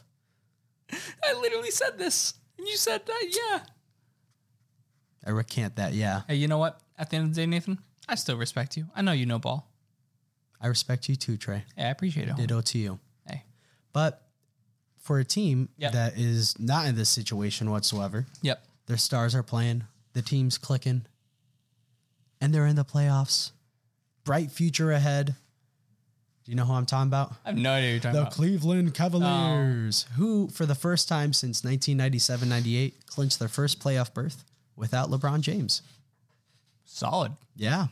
[SPEAKER 2] I literally said this, and you said that. Yeah.
[SPEAKER 1] I recant that. Yeah.
[SPEAKER 2] Hey, you know what? At the end of the day, Nathan, I still respect you. I know you know ball.
[SPEAKER 1] I respect you too, Trey.
[SPEAKER 2] Hey, I appreciate it.
[SPEAKER 1] Ditto to you.
[SPEAKER 2] Hey.
[SPEAKER 1] But for a team
[SPEAKER 2] Yep.
[SPEAKER 1] that is not in this situation whatsoever,
[SPEAKER 2] Yep.
[SPEAKER 1] their stars are playing, the team's clicking, and they're in the playoffs. Bright future ahead. Do you know who I'm talking about?
[SPEAKER 2] I have no idea what you're talking
[SPEAKER 1] The
[SPEAKER 2] about.
[SPEAKER 1] Cleveland Cavaliers, who for the first time since 1997 98 clinched their first playoff berth without LeBron James.
[SPEAKER 2] solid.
[SPEAKER 1] Yeah,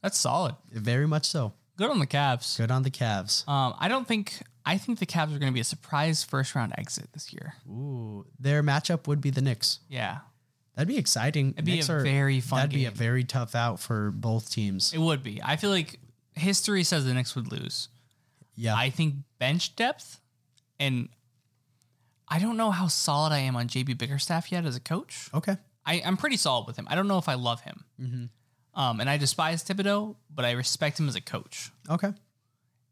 [SPEAKER 2] That's solid.
[SPEAKER 1] very much so.
[SPEAKER 2] Good on the Cavs.
[SPEAKER 1] Good on the Cavs.
[SPEAKER 2] Um, I don't think I think the Cavs are going to be a surprise first round exit this year.
[SPEAKER 1] Ooh, their matchup would be the Knicks.
[SPEAKER 2] Yeah,
[SPEAKER 1] That'd be exciting. It'd
[SPEAKER 2] be a very fun
[SPEAKER 1] That'd be a
[SPEAKER 2] game.
[SPEAKER 1] very tough out for both teams.
[SPEAKER 2] it would be. I feel like history says the Knicks would lose.
[SPEAKER 1] Yeah,
[SPEAKER 2] I think bench depth, and I don't know how solid I am on JB Bickerstaff yet as a coach.
[SPEAKER 1] Okay.
[SPEAKER 2] I, I'm pretty solid with him. I don't know if I love him. Um, and I despise Thibodeau, but I respect him as a coach.
[SPEAKER 1] Okay.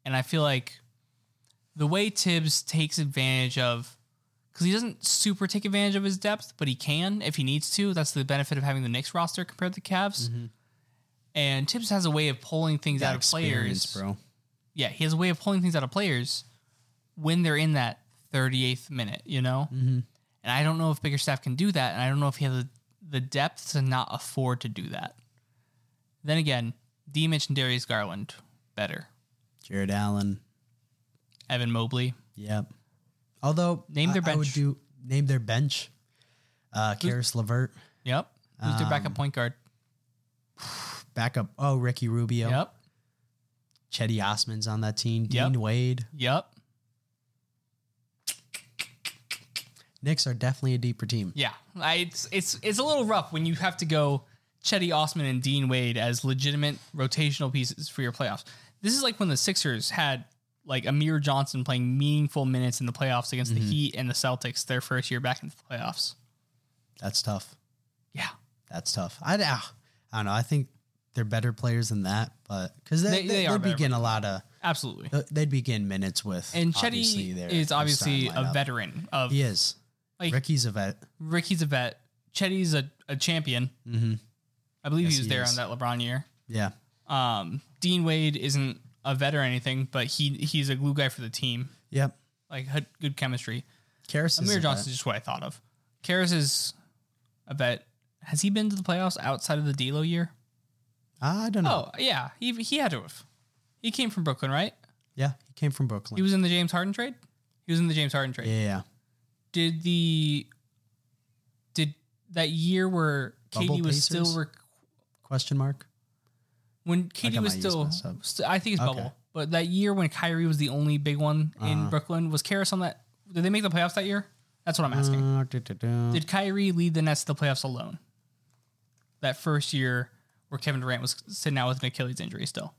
[SPEAKER 2] And I feel like the way Tibbs takes advantage of, because he doesn't super take advantage of his depth, but he can if he needs to. That's the benefit of having the Knicks roster compared to the Cavs.
[SPEAKER 1] Mm-hmm.
[SPEAKER 2] And Tibbs has a way of pulling things out of players.
[SPEAKER 1] experience, bro.
[SPEAKER 2] Yeah, he has a way of pulling things out of players when they're in that 38th minute, you know? Mm-hmm. And I don't know if Bickerstaff can do that. And I don't know if he has the, the depth to not afford to do that. Then again, D mentioned Darius Garland better.
[SPEAKER 1] Jared Allen.
[SPEAKER 2] Evan Mobley.
[SPEAKER 1] Yep. Although
[SPEAKER 2] Name their
[SPEAKER 1] I- I would
[SPEAKER 2] bench.
[SPEAKER 1] do name their bench. Uh, Karis Levert,
[SPEAKER 2] Yep. Who's their
[SPEAKER 1] Um,
[SPEAKER 2] backup point guard?
[SPEAKER 1] backup. Oh, Ricky Rubio.
[SPEAKER 2] Yep.
[SPEAKER 1] Chetty Osman's on that team.
[SPEAKER 2] Yep.
[SPEAKER 1] Dean Wade.
[SPEAKER 2] Yep.
[SPEAKER 1] Knicks are definitely a deeper team.
[SPEAKER 2] Yeah. I, it's it's it's a little rough when you have to go Chetty Osman and Dean Wade as legitimate rotational pieces for your playoffs. This is like when the Sixers had like Amir Johnson playing meaningful minutes in the playoffs against
[SPEAKER 1] Mm-hmm.
[SPEAKER 2] the Heat and the Celtics their first year back in the playoffs.
[SPEAKER 1] That's tough.
[SPEAKER 2] Yeah.
[SPEAKER 1] That's tough. I, ah, I don't know. I think they're better players than that, but because they,
[SPEAKER 2] They-
[SPEAKER 1] they,
[SPEAKER 2] they are
[SPEAKER 1] would be
[SPEAKER 2] better
[SPEAKER 1] getting a lot of
[SPEAKER 2] Absolutely.
[SPEAKER 1] Uh, they'd be getting minutes with.
[SPEAKER 2] And Chetty
[SPEAKER 1] obviously, their-
[SPEAKER 2] is
[SPEAKER 1] their
[SPEAKER 2] obviously
[SPEAKER 1] starting
[SPEAKER 2] a
[SPEAKER 1] lineup.
[SPEAKER 2] veteran of
[SPEAKER 1] He is.
[SPEAKER 2] Like-
[SPEAKER 1] Ricky's a vet.
[SPEAKER 2] Ricky's a vet. Chetty's a, a champion.
[SPEAKER 1] Mm-hmm.
[SPEAKER 2] I believe
[SPEAKER 1] Yes,
[SPEAKER 2] he was
[SPEAKER 1] he
[SPEAKER 2] there
[SPEAKER 1] is.
[SPEAKER 2] on that LeBron year.
[SPEAKER 1] Yeah.
[SPEAKER 2] Um, Dean Wade isn't a vet or anything, but he he's a glue guy for the team.
[SPEAKER 1] Yep.
[SPEAKER 2] Like had good chemistry.
[SPEAKER 1] Karis is
[SPEAKER 2] Amir
[SPEAKER 1] a
[SPEAKER 2] Johnson
[SPEAKER 1] vet.
[SPEAKER 2] is just what I thought of. Karras is a vet. Has he been to the playoffs outside of the D'Lo year?
[SPEAKER 1] Ah, I don't know.
[SPEAKER 2] Oh yeah, he he had to have. He came from Brooklyn, right?
[SPEAKER 1] Yeah, he came from Brooklyn.
[SPEAKER 2] He was in the James Harden trade. He was in the James Harden trade.
[SPEAKER 1] yeah.
[SPEAKER 2] Did the did that year where
[SPEAKER 1] Bubble
[SPEAKER 2] Katie was
[SPEAKER 1] Pacers?
[SPEAKER 2] still rec-
[SPEAKER 1] Question mark.
[SPEAKER 2] when Katie
[SPEAKER 1] got
[SPEAKER 2] was
[SPEAKER 1] my years
[SPEAKER 2] still,
[SPEAKER 1] messed up.
[SPEAKER 2] st- I think it's
[SPEAKER 1] Okay. Uh-huh.
[SPEAKER 2] bubble. But that year when Kyrie was the only big one in Brooklyn, was Karras on that? Did they make the playoffs that year? That's what I'm asking.
[SPEAKER 1] Uh, du-du-du.
[SPEAKER 2] Did Kyrie lead the Nets to the playoffs alone? That first year where Kevin Durant was sitting out with an Achilles injury still.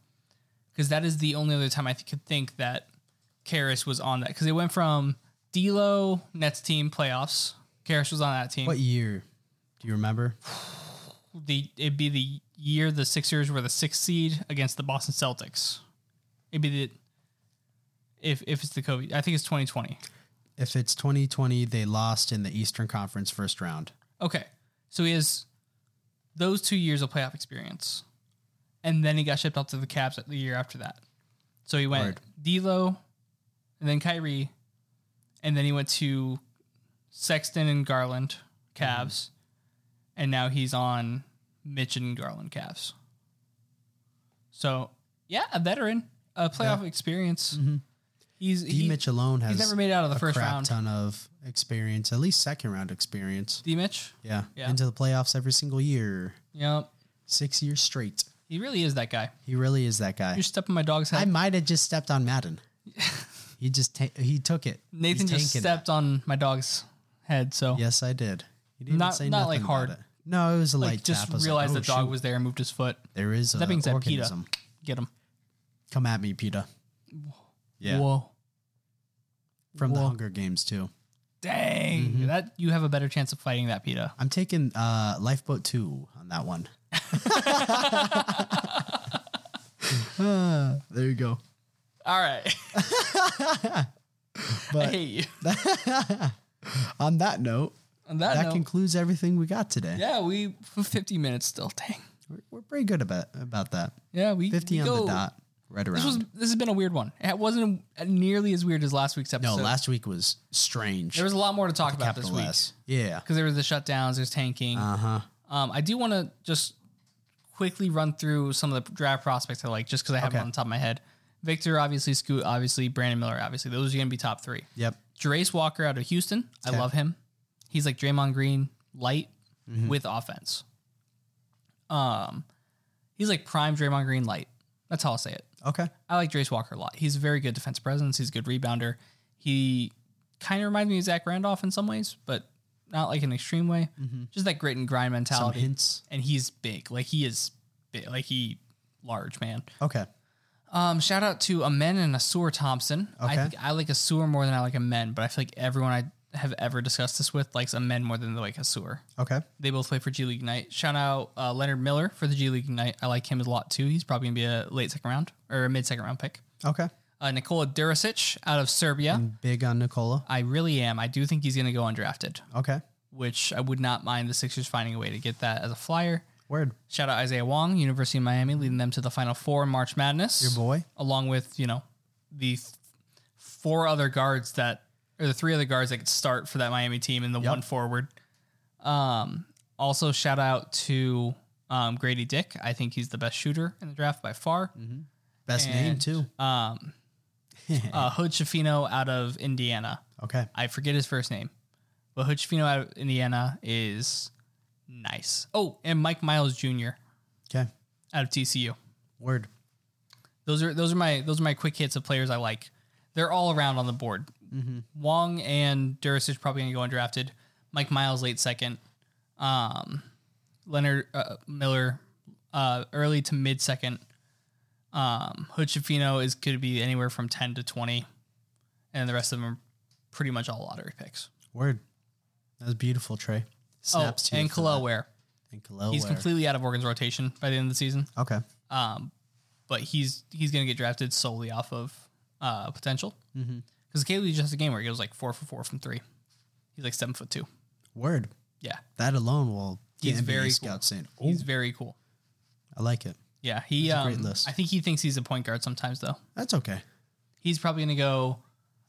[SPEAKER 2] Because that is the only other time I th- could think that Karras was on that. Because it went from D'Lo, Nets team, playoffs. Karras was on that team.
[SPEAKER 1] What year? Do you remember?
[SPEAKER 2] The, it'd be the year the Sixers were the sixth seed against the Boston Celtics. It'd be the... If, if it's the Kobe, I think it's 2020.
[SPEAKER 1] If it's 2020, they lost in the Eastern Conference first round.
[SPEAKER 2] Okay. So he has those two years of playoff experience. And then he got shipped out to the Cavs the year after that. So he went
[SPEAKER 1] Word.
[SPEAKER 2] D'Lo, and then Kyrie, and then he went to Sexton and Garland Cavs,
[SPEAKER 1] Mm-hmm.
[SPEAKER 2] and now he's on Mitch and Garland Cavs. So yeah, a veteran, a playoff experience. He's
[SPEAKER 1] Mm-hmm. D.
[SPEAKER 2] he,
[SPEAKER 1] Mitch alone has
[SPEAKER 2] he's never made it out of the
[SPEAKER 1] a
[SPEAKER 2] first
[SPEAKER 1] crap
[SPEAKER 2] round.
[SPEAKER 1] ton of experience, at least second round experience.
[SPEAKER 2] D Mitch.
[SPEAKER 1] Yeah.
[SPEAKER 2] Yeah.
[SPEAKER 1] Into the playoffs every single year,
[SPEAKER 2] Yep,
[SPEAKER 1] six years straight.
[SPEAKER 2] he really is that guy.
[SPEAKER 1] He really is that guy.
[SPEAKER 2] You're stepping my dog's head.
[SPEAKER 1] I might have just stepped on Madden. he just ta- he took it.
[SPEAKER 2] Nathan
[SPEAKER 1] He's
[SPEAKER 2] just
[SPEAKER 1] tanking it.
[SPEAKER 2] stepped on my dog's head, so
[SPEAKER 1] Yes, I did. He didn't
[SPEAKER 2] Not-
[SPEAKER 1] say
[SPEAKER 2] not,
[SPEAKER 1] nothing
[SPEAKER 2] like,
[SPEAKER 1] about
[SPEAKER 2] hard.
[SPEAKER 1] it. No, it was a
[SPEAKER 2] like
[SPEAKER 1] light
[SPEAKER 2] just
[SPEAKER 1] tap. I was like,
[SPEAKER 2] realized
[SPEAKER 1] oh,
[SPEAKER 2] the dog
[SPEAKER 1] shoot,
[SPEAKER 2] was there and moved his foot.
[SPEAKER 1] there is
[SPEAKER 2] That
[SPEAKER 1] a
[SPEAKER 2] being said,
[SPEAKER 1] organism.
[SPEAKER 2] PETA, get him.
[SPEAKER 1] Come at me, Peta. Yeah,
[SPEAKER 2] Whoa,
[SPEAKER 1] from the
[SPEAKER 2] whoa.
[SPEAKER 1] Hunger Games too.
[SPEAKER 2] dang!
[SPEAKER 1] Mm-hmm.
[SPEAKER 2] That you have a better chance of fighting that peta.
[SPEAKER 1] I'm taking uh, Lifeboat Two on that one. Uh, there you go.
[SPEAKER 2] All right, I
[SPEAKER 1] But
[SPEAKER 2] hate you.
[SPEAKER 1] on that note,
[SPEAKER 2] On that,
[SPEAKER 1] that
[SPEAKER 2] note,
[SPEAKER 1] concludes everything we got today.
[SPEAKER 2] yeah, we for fifty minutes still. Dang,
[SPEAKER 1] We're, we're pretty good about about that.
[SPEAKER 2] yeah, we
[SPEAKER 1] 50
[SPEAKER 2] we
[SPEAKER 1] on
[SPEAKER 2] go-
[SPEAKER 1] the dot, right around.
[SPEAKER 2] This was this has been a weird one. It wasn't nearly as weird as last week's
[SPEAKER 1] no,
[SPEAKER 2] episode.
[SPEAKER 1] last week was strange.
[SPEAKER 2] there was a lot more to talk about this
[SPEAKER 1] capital
[SPEAKER 2] week
[SPEAKER 1] S. Yeah.
[SPEAKER 2] because there was the shutdowns, there's tanking.
[SPEAKER 1] Uh huh.
[SPEAKER 2] Um, I do want to just quickly run through some of the draft prospects I like, just because I have them
[SPEAKER 1] Okay.
[SPEAKER 2] on the top of my head. Victor, obviously, Scoot, obviously, Brandon Miller, obviously. Those are going to be top three.
[SPEAKER 1] Yep.
[SPEAKER 2] Jerace Walker out of Houston. I
[SPEAKER 1] Okay.
[SPEAKER 2] love him. He's like Draymond Green, light
[SPEAKER 1] Mm-hmm.
[SPEAKER 2] with offense. Um, he's like prime Draymond Green light. That's how I'll say it.
[SPEAKER 1] Okay.
[SPEAKER 2] I like Drace Walker a lot. He's a very good defense presence. He's a good rebounder. He kind of reminds me of Zach Randolph in some ways, but not like an extreme way. Just that grit and grind
[SPEAKER 1] Mm-hmm. Some
[SPEAKER 2] mentality.
[SPEAKER 1] hints.
[SPEAKER 2] And he's big. Like he is big. Like he large man.
[SPEAKER 1] Okay.
[SPEAKER 2] Um, shout out to Amen and Asur Thompson. I
[SPEAKER 1] Okay.
[SPEAKER 2] think I like Asur more than I like Amen, but I feel like everyone I have ever discussed this with likes Amen more than they like Asur.
[SPEAKER 1] Okay.
[SPEAKER 2] They both play for G League Ignite. Shout out uh, Leonard Miller for the G League Ignite. I like him a lot too. He's probably gonna be a late second round or a mid second round pick.
[SPEAKER 1] Okay.
[SPEAKER 2] uh, Nikola Durasic out of Serbia.
[SPEAKER 1] Big on Nicola.
[SPEAKER 2] I really am. I do think he's going to go undrafted,
[SPEAKER 1] Okay.
[SPEAKER 2] which I would not mind the Sixers finding a way to get that as a flyer.
[SPEAKER 1] Word.
[SPEAKER 2] Shout out Isaiah Wong, University of Miami, leading them to the Final Four in March Madness.
[SPEAKER 1] Your boy.
[SPEAKER 2] along with you know the th- four other guards that or the three other guards that could start for that Miami team and the one forward. Um, also shout out to um, Grady Dick. I think he's the best shooter in the draft by far.
[SPEAKER 1] Mm-hmm. Best name
[SPEAKER 2] And,
[SPEAKER 1] too.
[SPEAKER 2] Um, uh, Hood Shafino out of Indiana.
[SPEAKER 1] Okay.
[SPEAKER 2] I forget his first name, but Hood Shafino out of Indiana is nice. Oh, and Mike Miles Jr.
[SPEAKER 1] Okay.
[SPEAKER 2] out of TCU.
[SPEAKER 1] Word.
[SPEAKER 2] Those are those are my those are my quick hits of players I like. They're all around on the board. Wong and Durasic probably going to go undrafted. Mike Miles late second. Um, Leonard uh, Miller uh, early to mid second. Um, Hood Shafino is could be anywhere from ten to twenty, and the rest of them are pretty much all lottery picks.
[SPEAKER 1] Word. That was beautiful, Trey. Snaps
[SPEAKER 2] oh,
[SPEAKER 1] to you
[SPEAKER 2] and
[SPEAKER 1] for
[SPEAKER 2] Kalel
[SPEAKER 1] that.
[SPEAKER 2] Ware.
[SPEAKER 1] And Kalel
[SPEAKER 2] He's
[SPEAKER 1] Ware.
[SPEAKER 2] completely out of Oregon's rotation by the end of the season.
[SPEAKER 1] Okay.
[SPEAKER 2] um, but he's he's gonna get drafted solely off of uh, potential.
[SPEAKER 1] Mm-hmm.
[SPEAKER 2] Because mm just has a game where he goes like four for four from three. He's like seven foot two.
[SPEAKER 1] Word.
[SPEAKER 2] Yeah,
[SPEAKER 1] That alone will get
[SPEAKER 2] He's
[SPEAKER 1] NBA
[SPEAKER 2] very
[SPEAKER 1] scouts saying, "Oh,
[SPEAKER 2] he's very cool.
[SPEAKER 1] I like it."
[SPEAKER 2] Yeah, he.
[SPEAKER 1] a great
[SPEAKER 2] Um,
[SPEAKER 1] list.
[SPEAKER 2] I think he thinks he's a point guard sometimes though.
[SPEAKER 1] That's okay.
[SPEAKER 2] He's probably gonna go.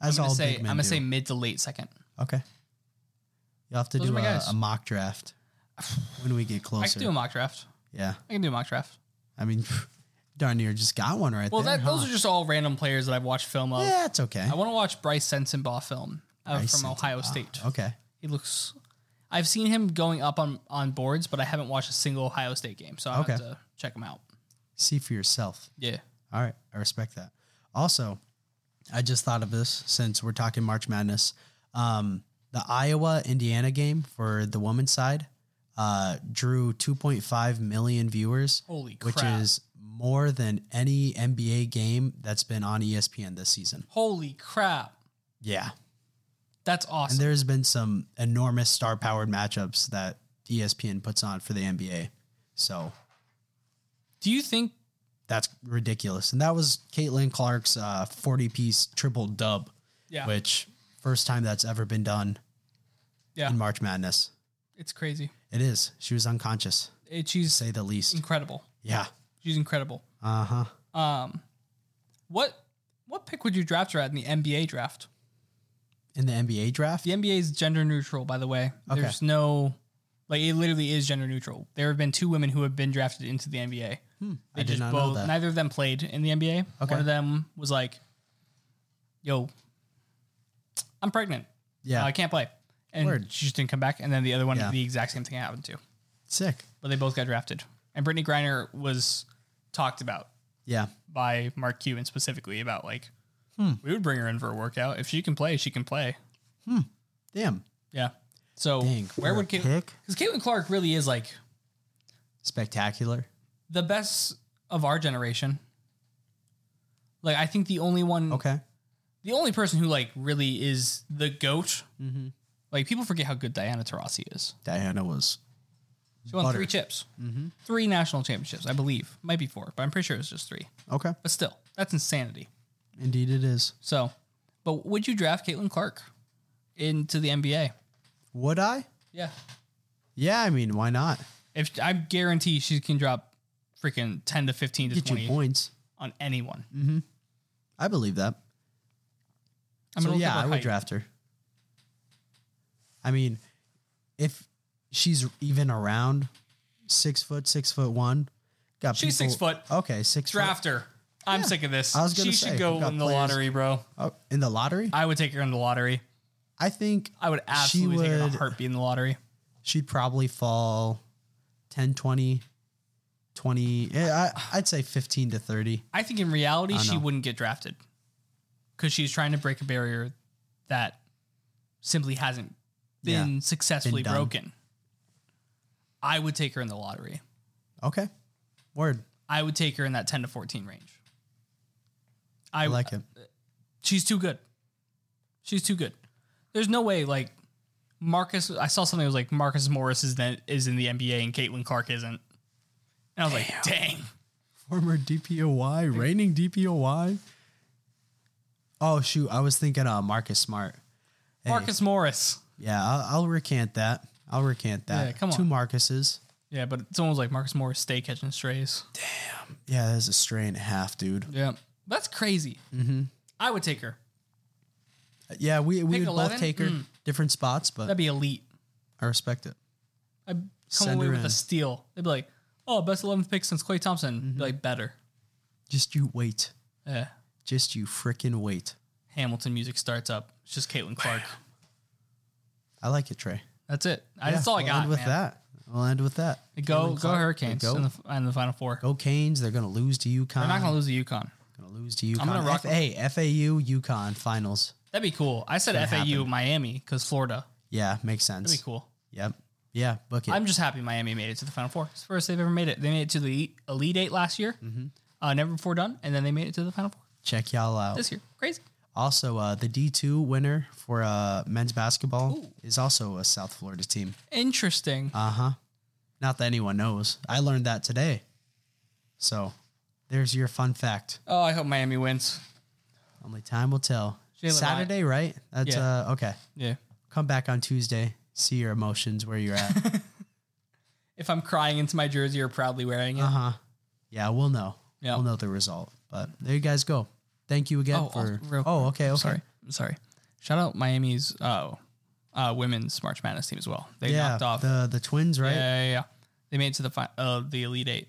[SPEAKER 1] As
[SPEAKER 2] I'm
[SPEAKER 1] all
[SPEAKER 2] gonna say
[SPEAKER 1] big
[SPEAKER 2] I'm
[SPEAKER 1] men
[SPEAKER 2] gonna
[SPEAKER 1] do.
[SPEAKER 2] say mid to late second.
[SPEAKER 1] Okay. You'll have to
[SPEAKER 2] Those are
[SPEAKER 1] do
[SPEAKER 2] my
[SPEAKER 1] a,
[SPEAKER 2] guys.
[SPEAKER 1] a mock draft when we get closer.
[SPEAKER 2] I can do a mock draft.
[SPEAKER 1] yeah.
[SPEAKER 2] I can do a mock draft.
[SPEAKER 1] I mean, darn near just got one right
[SPEAKER 2] Well,
[SPEAKER 1] there.
[SPEAKER 2] that
[SPEAKER 1] huh?
[SPEAKER 2] those are just all random players that I've watched film of.
[SPEAKER 1] yeah, it's okay.
[SPEAKER 2] I want to watch Bryce Sensenbaugh film uh,
[SPEAKER 1] Bryce
[SPEAKER 2] from Ohio State.
[SPEAKER 1] Okay.
[SPEAKER 2] He looks. I've seen him going up on on boards, but I haven't watched a single Ohio State game, so I will
[SPEAKER 1] Okay.
[SPEAKER 2] have to check him out.
[SPEAKER 1] See for yourself.
[SPEAKER 2] Yeah.
[SPEAKER 1] All right, I respect that. Also, I just thought of this since we're talking March Madness. Um, the Iowa Indiana game for the women's side uh, drew 2.5 million viewers,
[SPEAKER 2] Holy crap!
[SPEAKER 1] which is more than any NBA game that's been on E ESPN this season.
[SPEAKER 2] holy crap.
[SPEAKER 1] Yeah.
[SPEAKER 2] That's
[SPEAKER 1] And
[SPEAKER 2] awesome.
[SPEAKER 1] there's been some enormous star powered matchups that E ESPN puts on for the NBA. So
[SPEAKER 2] Do you think?
[SPEAKER 1] that's ridiculous. And that was Caitlin Clark's uh, 40 piece triple dub,
[SPEAKER 2] Yeah.
[SPEAKER 1] which first time that's ever been done
[SPEAKER 2] Yeah.
[SPEAKER 1] in March Madness.
[SPEAKER 2] It's crazy.
[SPEAKER 1] It is. She was unconscious,
[SPEAKER 2] It, she's
[SPEAKER 1] say the least.
[SPEAKER 2] incredible.
[SPEAKER 1] Yeah.
[SPEAKER 2] She's incredible.
[SPEAKER 1] Uh huh.
[SPEAKER 2] Um, what what pick would you draft her at in the NBA draft?
[SPEAKER 1] In the NBA draft?
[SPEAKER 2] The NBA is gender neutral, by the way.
[SPEAKER 1] Okay.
[SPEAKER 2] There's no like it literally is gender neutral. There have been two women who have been drafted into the NBA. They
[SPEAKER 1] Hmm. I did
[SPEAKER 2] just
[SPEAKER 1] not know
[SPEAKER 2] both
[SPEAKER 1] that.
[SPEAKER 2] neither of them played in the NBA.
[SPEAKER 1] Okay.
[SPEAKER 2] One of them was like, "Yo, I'm pregnant.
[SPEAKER 1] Yeah.
[SPEAKER 2] Uh, I can't play." And
[SPEAKER 1] Word.
[SPEAKER 2] she just didn't come back. And then the other one,
[SPEAKER 1] Yeah.
[SPEAKER 2] the exact same thing happened to.
[SPEAKER 1] Sick.
[SPEAKER 2] But they both got drafted. And Brittany Griner was talked about
[SPEAKER 1] Yeah.
[SPEAKER 2] by Mark Cuban specifically about like,
[SPEAKER 1] Hmm.
[SPEAKER 2] we would bring her in for a workout. If she can play, she can play.
[SPEAKER 1] Damn.
[SPEAKER 2] Yeah. So
[SPEAKER 1] Dang,
[SPEAKER 2] where
[SPEAKER 1] for
[SPEAKER 2] would
[SPEAKER 1] a
[SPEAKER 2] Caitlin?
[SPEAKER 1] pick?
[SPEAKER 2] Because Caitlin Clark really is like
[SPEAKER 1] Spectacular.
[SPEAKER 2] the best of our generation. Like I think the only one,
[SPEAKER 1] Okay.
[SPEAKER 2] the only person who like really is the goat.
[SPEAKER 1] Mm-hmm.
[SPEAKER 2] Like people forget how good Diana Taurasi is.
[SPEAKER 1] Diana was.
[SPEAKER 2] She won
[SPEAKER 1] Butter. Mm-hmm.
[SPEAKER 2] three chips, three national championships, I believe. Might be four, but I'm pretty sure it's just three.
[SPEAKER 1] Okay.
[SPEAKER 2] But still, that's insanity.
[SPEAKER 1] Indeed, it is.
[SPEAKER 2] So, but would you draft Caitlin Clark into the NBA?
[SPEAKER 1] Would I?
[SPEAKER 2] Yeah,
[SPEAKER 1] Yeah. I mean, why not?
[SPEAKER 2] if I guarantee she can drop freaking ten to fifteen to
[SPEAKER 1] Get you
[SPEAKER 2] twenty
[SPEAKER 1] points.
[SPEAKER 2] on anyone.
[SPEAKER 1] Mm. I believe that.
[SPEAKER 2] I'm
[SPEAKER 1] so
[SPEAKER 2] look
[SPEAKER 1] yeah,
[SPEAKER 2] up her
[SPEAKER 1] I would
[SPEAKER 2] height.
[SPEAKER 1] draft her. I mean, if she's even around six foot, six foot one, got
[SPEAKER 2] She's six
[SPEAKER 1] people-
[SPEAKER 2] foot.
[SPEAKER 1] Okay, six
[SPEAKER 2] Draft her. I'm sick of this.
[SPEAKER 1] I was gonna
[SPEAKER 2] she
[SPEAKER 1] say,
[SPEAKER 2] should go
[SPEAKER 1] we've got
[SPEAKER 2] in the
[SPEAKER 1] players-
[SPEAKER 2] lottery, bro.
[SPEAKER 1] Foot. Oh, in the lottery, I,
[SPEAKER 2] I would take her in the lottery.
[SPEAKER 1] think
[SPEAKER 2] I would
[SPEAKER 1] she
[SPEAKER 2] absolutely take her in a
[SPEAKER 1] would.
[SPEAKER 2] heartbeat in the lottery.
[SPEAKER 1] She'd probably fall 10, 20, 20 eh, I, I'd say fifteen to thirty.
[SPEAKER 2] I think in reality she
[SPEAKER 1] know.
[SPEAKER 2] wouldn't get drafted because she's trying to break a barrier that simply hasn't
[SPEAKER 1] Yeah.
[SPEAKER 2] been successfully
[SPEAKER 1] done.
[SPEAKER 2] broken. I would take her in the lottery.
[SPEAKER 1] Okay, word.
[SPEAKER 2] I would take her in that ten to fourteen range. I,
[SPEAKER 1] I like it.
[SPEAKER 2] she's too good. She's too good. There's no way like Marcus. I saw something that was like Marcus Morris is that is in the NBA and Caitlin Clark isn't. And I was like, dang,
[SPEAKER 1] Former DPOY, reigning DPOY. Oh shoot, I was thinking uh, Marcus Smart.
[SPEAKER 2] Marcus Morris.
[SPEAKER 1] Yeah, I'll, I'll recant that. I'll recant that.
[SPEAKER 2] Yeah, come
[SPEAKER 1] Two
[SPEAKER 2] on.
[SPEAKER 1] Marcuses.
[SPEAKER 2] Yeah, but it's almost like Marcus Morris stay catching strays.
[SPEAKER 1] Yeah, that's a stray and a half, dude.
[SPEAKER 2] Yeah, that's crazy. Mm-hmm. I would take her.
[SPEAKER 1] Yeah, we we
[SPEAKER 2] Pick
[SPEAKER 1] would
[SPEAKER 2] 11?
[SPEAKER 1] both take
[SPEAKER 2] Hmm.
[SPEAKER 1] her different spots, but
[SPEAKER 2] That'd be elite.
[SPEAKER 1] I respect it.
[SPEAKER 2] I'd come
[SPEAKER 1] Send
[SPEAKER 2] away
[SPEAKER 1] her
[SPEAKER 2] with
[SPEAKER 1] in.
[SPEAKER 2] a steal. They'd be like, "Oh, best 11th pick since Clay Thompson."
[SPEAKER 1] Mm-hmm.
[SPEAKER 2] Be like, better.
[SPEAKER 1] Just you wait.
[SPEAKER 2] Yeah.
[SPEAKER 1] Just you frickin' wait.
[SPEAKER 2] Hamilton music starts up. It's just Caitlin Clark.
[SPEAKER 1] I like it, Trey.
[SPEAKER 2] That's it. I
[SPEAKER 1] Yeah,
[SPEAKER 2] that's all I
[SPEAKER 1] we'll
[SPEAKER 2] got.
[SPEAKER 1] End with
[SPEAKER 2] man.
[SPEAKER 1] that. We'll end with that.
[SPEAKER 2] Go go
[SPEAKER 1] Caitlin Clark,
[SPEAKER 2] Hurricanes
[SPEAKER 1] go.
[SPEAKER 2] in, the, in the final four.
[SPEAKER 1] Go Canes. They're gonna lose to UConn.
[SPEAKER 2] They're not gonna lose to UConn.
[SPEAKER 1] Gonna lose to UConn.
[SPEAKER 2] gonna rock-
[SPEAKER 1] Hey, FAU, UConn finals.
[SPEAKER 2] That'd be cool. I said FAU Miami because Florida.
[SPEAKER 1] Yeah, makes sense.
[SPEAKER 2] That'd be cool.
[SPEAKER 1] Yep. Yeah, book it.
[SPEAKER 2] I'm just happy Miami made it to the Final Four. It's the first they've ever made it. They made it to the E, Elite Eight last year,
[SPEAKER 1] Mm-hmm.
[SPEAKER 2] uh, never before done, and then they made it to the Final Four
[SPEAKER 1] Check y'all out.
[SPEAKER 2] this year. Crazy.
[SPEAKER 1] Also, uh, the D2 winner for uh, men's basketball is also a South Florida team.
[SPEAKER 2] Interesting.
[SPEAKER 1] Uh huh. Not that anyone knows. I learned that today. So there's your fun fact.
[SPEAKER 2] oh, I hope Miami wins.
[SPEAKER 1] Only time will tell.
[SPEAKER 2] Jalen
[SPEAKER 1] Saturday, right? That's
[SPEAKER 2] Yeah.
[SPEAKER 1] uh, okay.
[SPEAKER 2] Yeah.
[SPEAKER 1] Come back on Tuesday. See your emotions where you're at.
[SPEAKER 2] If I'm crying into my jersey or proudly wearing it.
[SPEAKER 1] uh huh. Yeah, we'll know.
[SPEAKER 2] Yeah.
[SPEAKER 1] We'll know the result. But there you guys go. Thank you again
[SPEAKER 2] Oh,
[SPEAKER 1] for.
[SPEAKER 2] oh, real
[SPEAKER 1] oh, okay. Okay.
[SPEAKER 2] Sorry. Sorry. Shout out Miami's uh, uh, women's March Madness team as well. They
[SPEAKER 1] Yeah.
[SPEAKER 2] knocked off.
[SPEAKER 1] The the twins, right? Mm-hmm.
[SPEAKER 2] yeah, yeah, yeah. They made it to the fi- uh, the Elite 8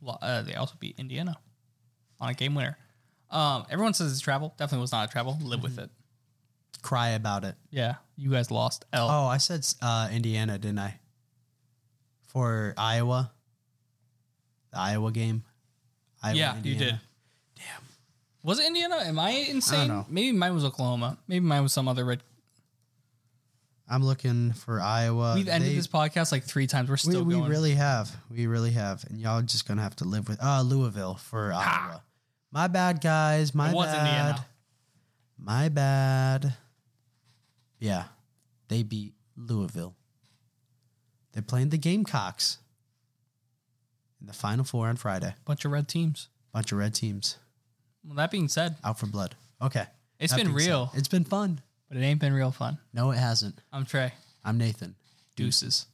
[SPEAKER 2] Lo- Uh, they also beat Indiana on a game winner. Um, everyone says it's travel. Definitely was not a travel. Live with
[SPEAKER 1] Mm-hmm.
[SPEAKER 2] it.
[SPEAKER 1] Cry about it.
[SPEAKER 2] Yeah, you guys lost. L.
[SPEAKER 1] Oh, I said uh, Indiana, didn't I? For Iowa, the Iowa game. Iowa,
[SPEAKER 2] yeah, you did.
[SPEAKER 1] Indiana.
[SPEAKER 2] Damn. Was it Indiana? Am I insane?
[SPEAKER 1] know.
[SPEAKER 2] Maybe mine was Oklahoma. Maybe mine was some other red.
[SPEAKER 1] I'm looking for Iowa.
[SPEAKER 2] We've ended
[SPEAKER 1] Uh, They-
[SPEAKER 2] this podcast like three times. We're
[SPEAKER 1] We,
[SPEAKER 2] still
[SPEAKER 1] we
[SPEAKER 2] going.
[SPEAKER 1] really have. We really have. And y'all just gonna have to live with uh Louisville for Iowa. My bad, guys. My
[SPEAKER 2] it was
[SPEAKER 1] bad.
[SPEAKER 2] Indiana.
[SPEAKER 1] My bad. Yeah, they beat Louisville. They're playing the Gamecocks in the Final Four on Friday.
[SPEAKER 2] Bunch of red teams.
[SPEAKER 1] Bunch of red teams.
[SPEAKER 2] Well, that being said,
[SPEAKER 1] Out for blood. Okay.
[SPEAKER 2] It's
[SPEAKER 1] It's
[SPEAKER 2] been real.
[SPEAKER 1] It's been fun.
[SPEAKER 2] but it ain't been real fun.
[SPEAKER 1] No, it hasn't.
[SPEAKER 2] I'm Trey.
[SPEAKER 1] I'm Nathan.
[SPEAKER 2] Deuces.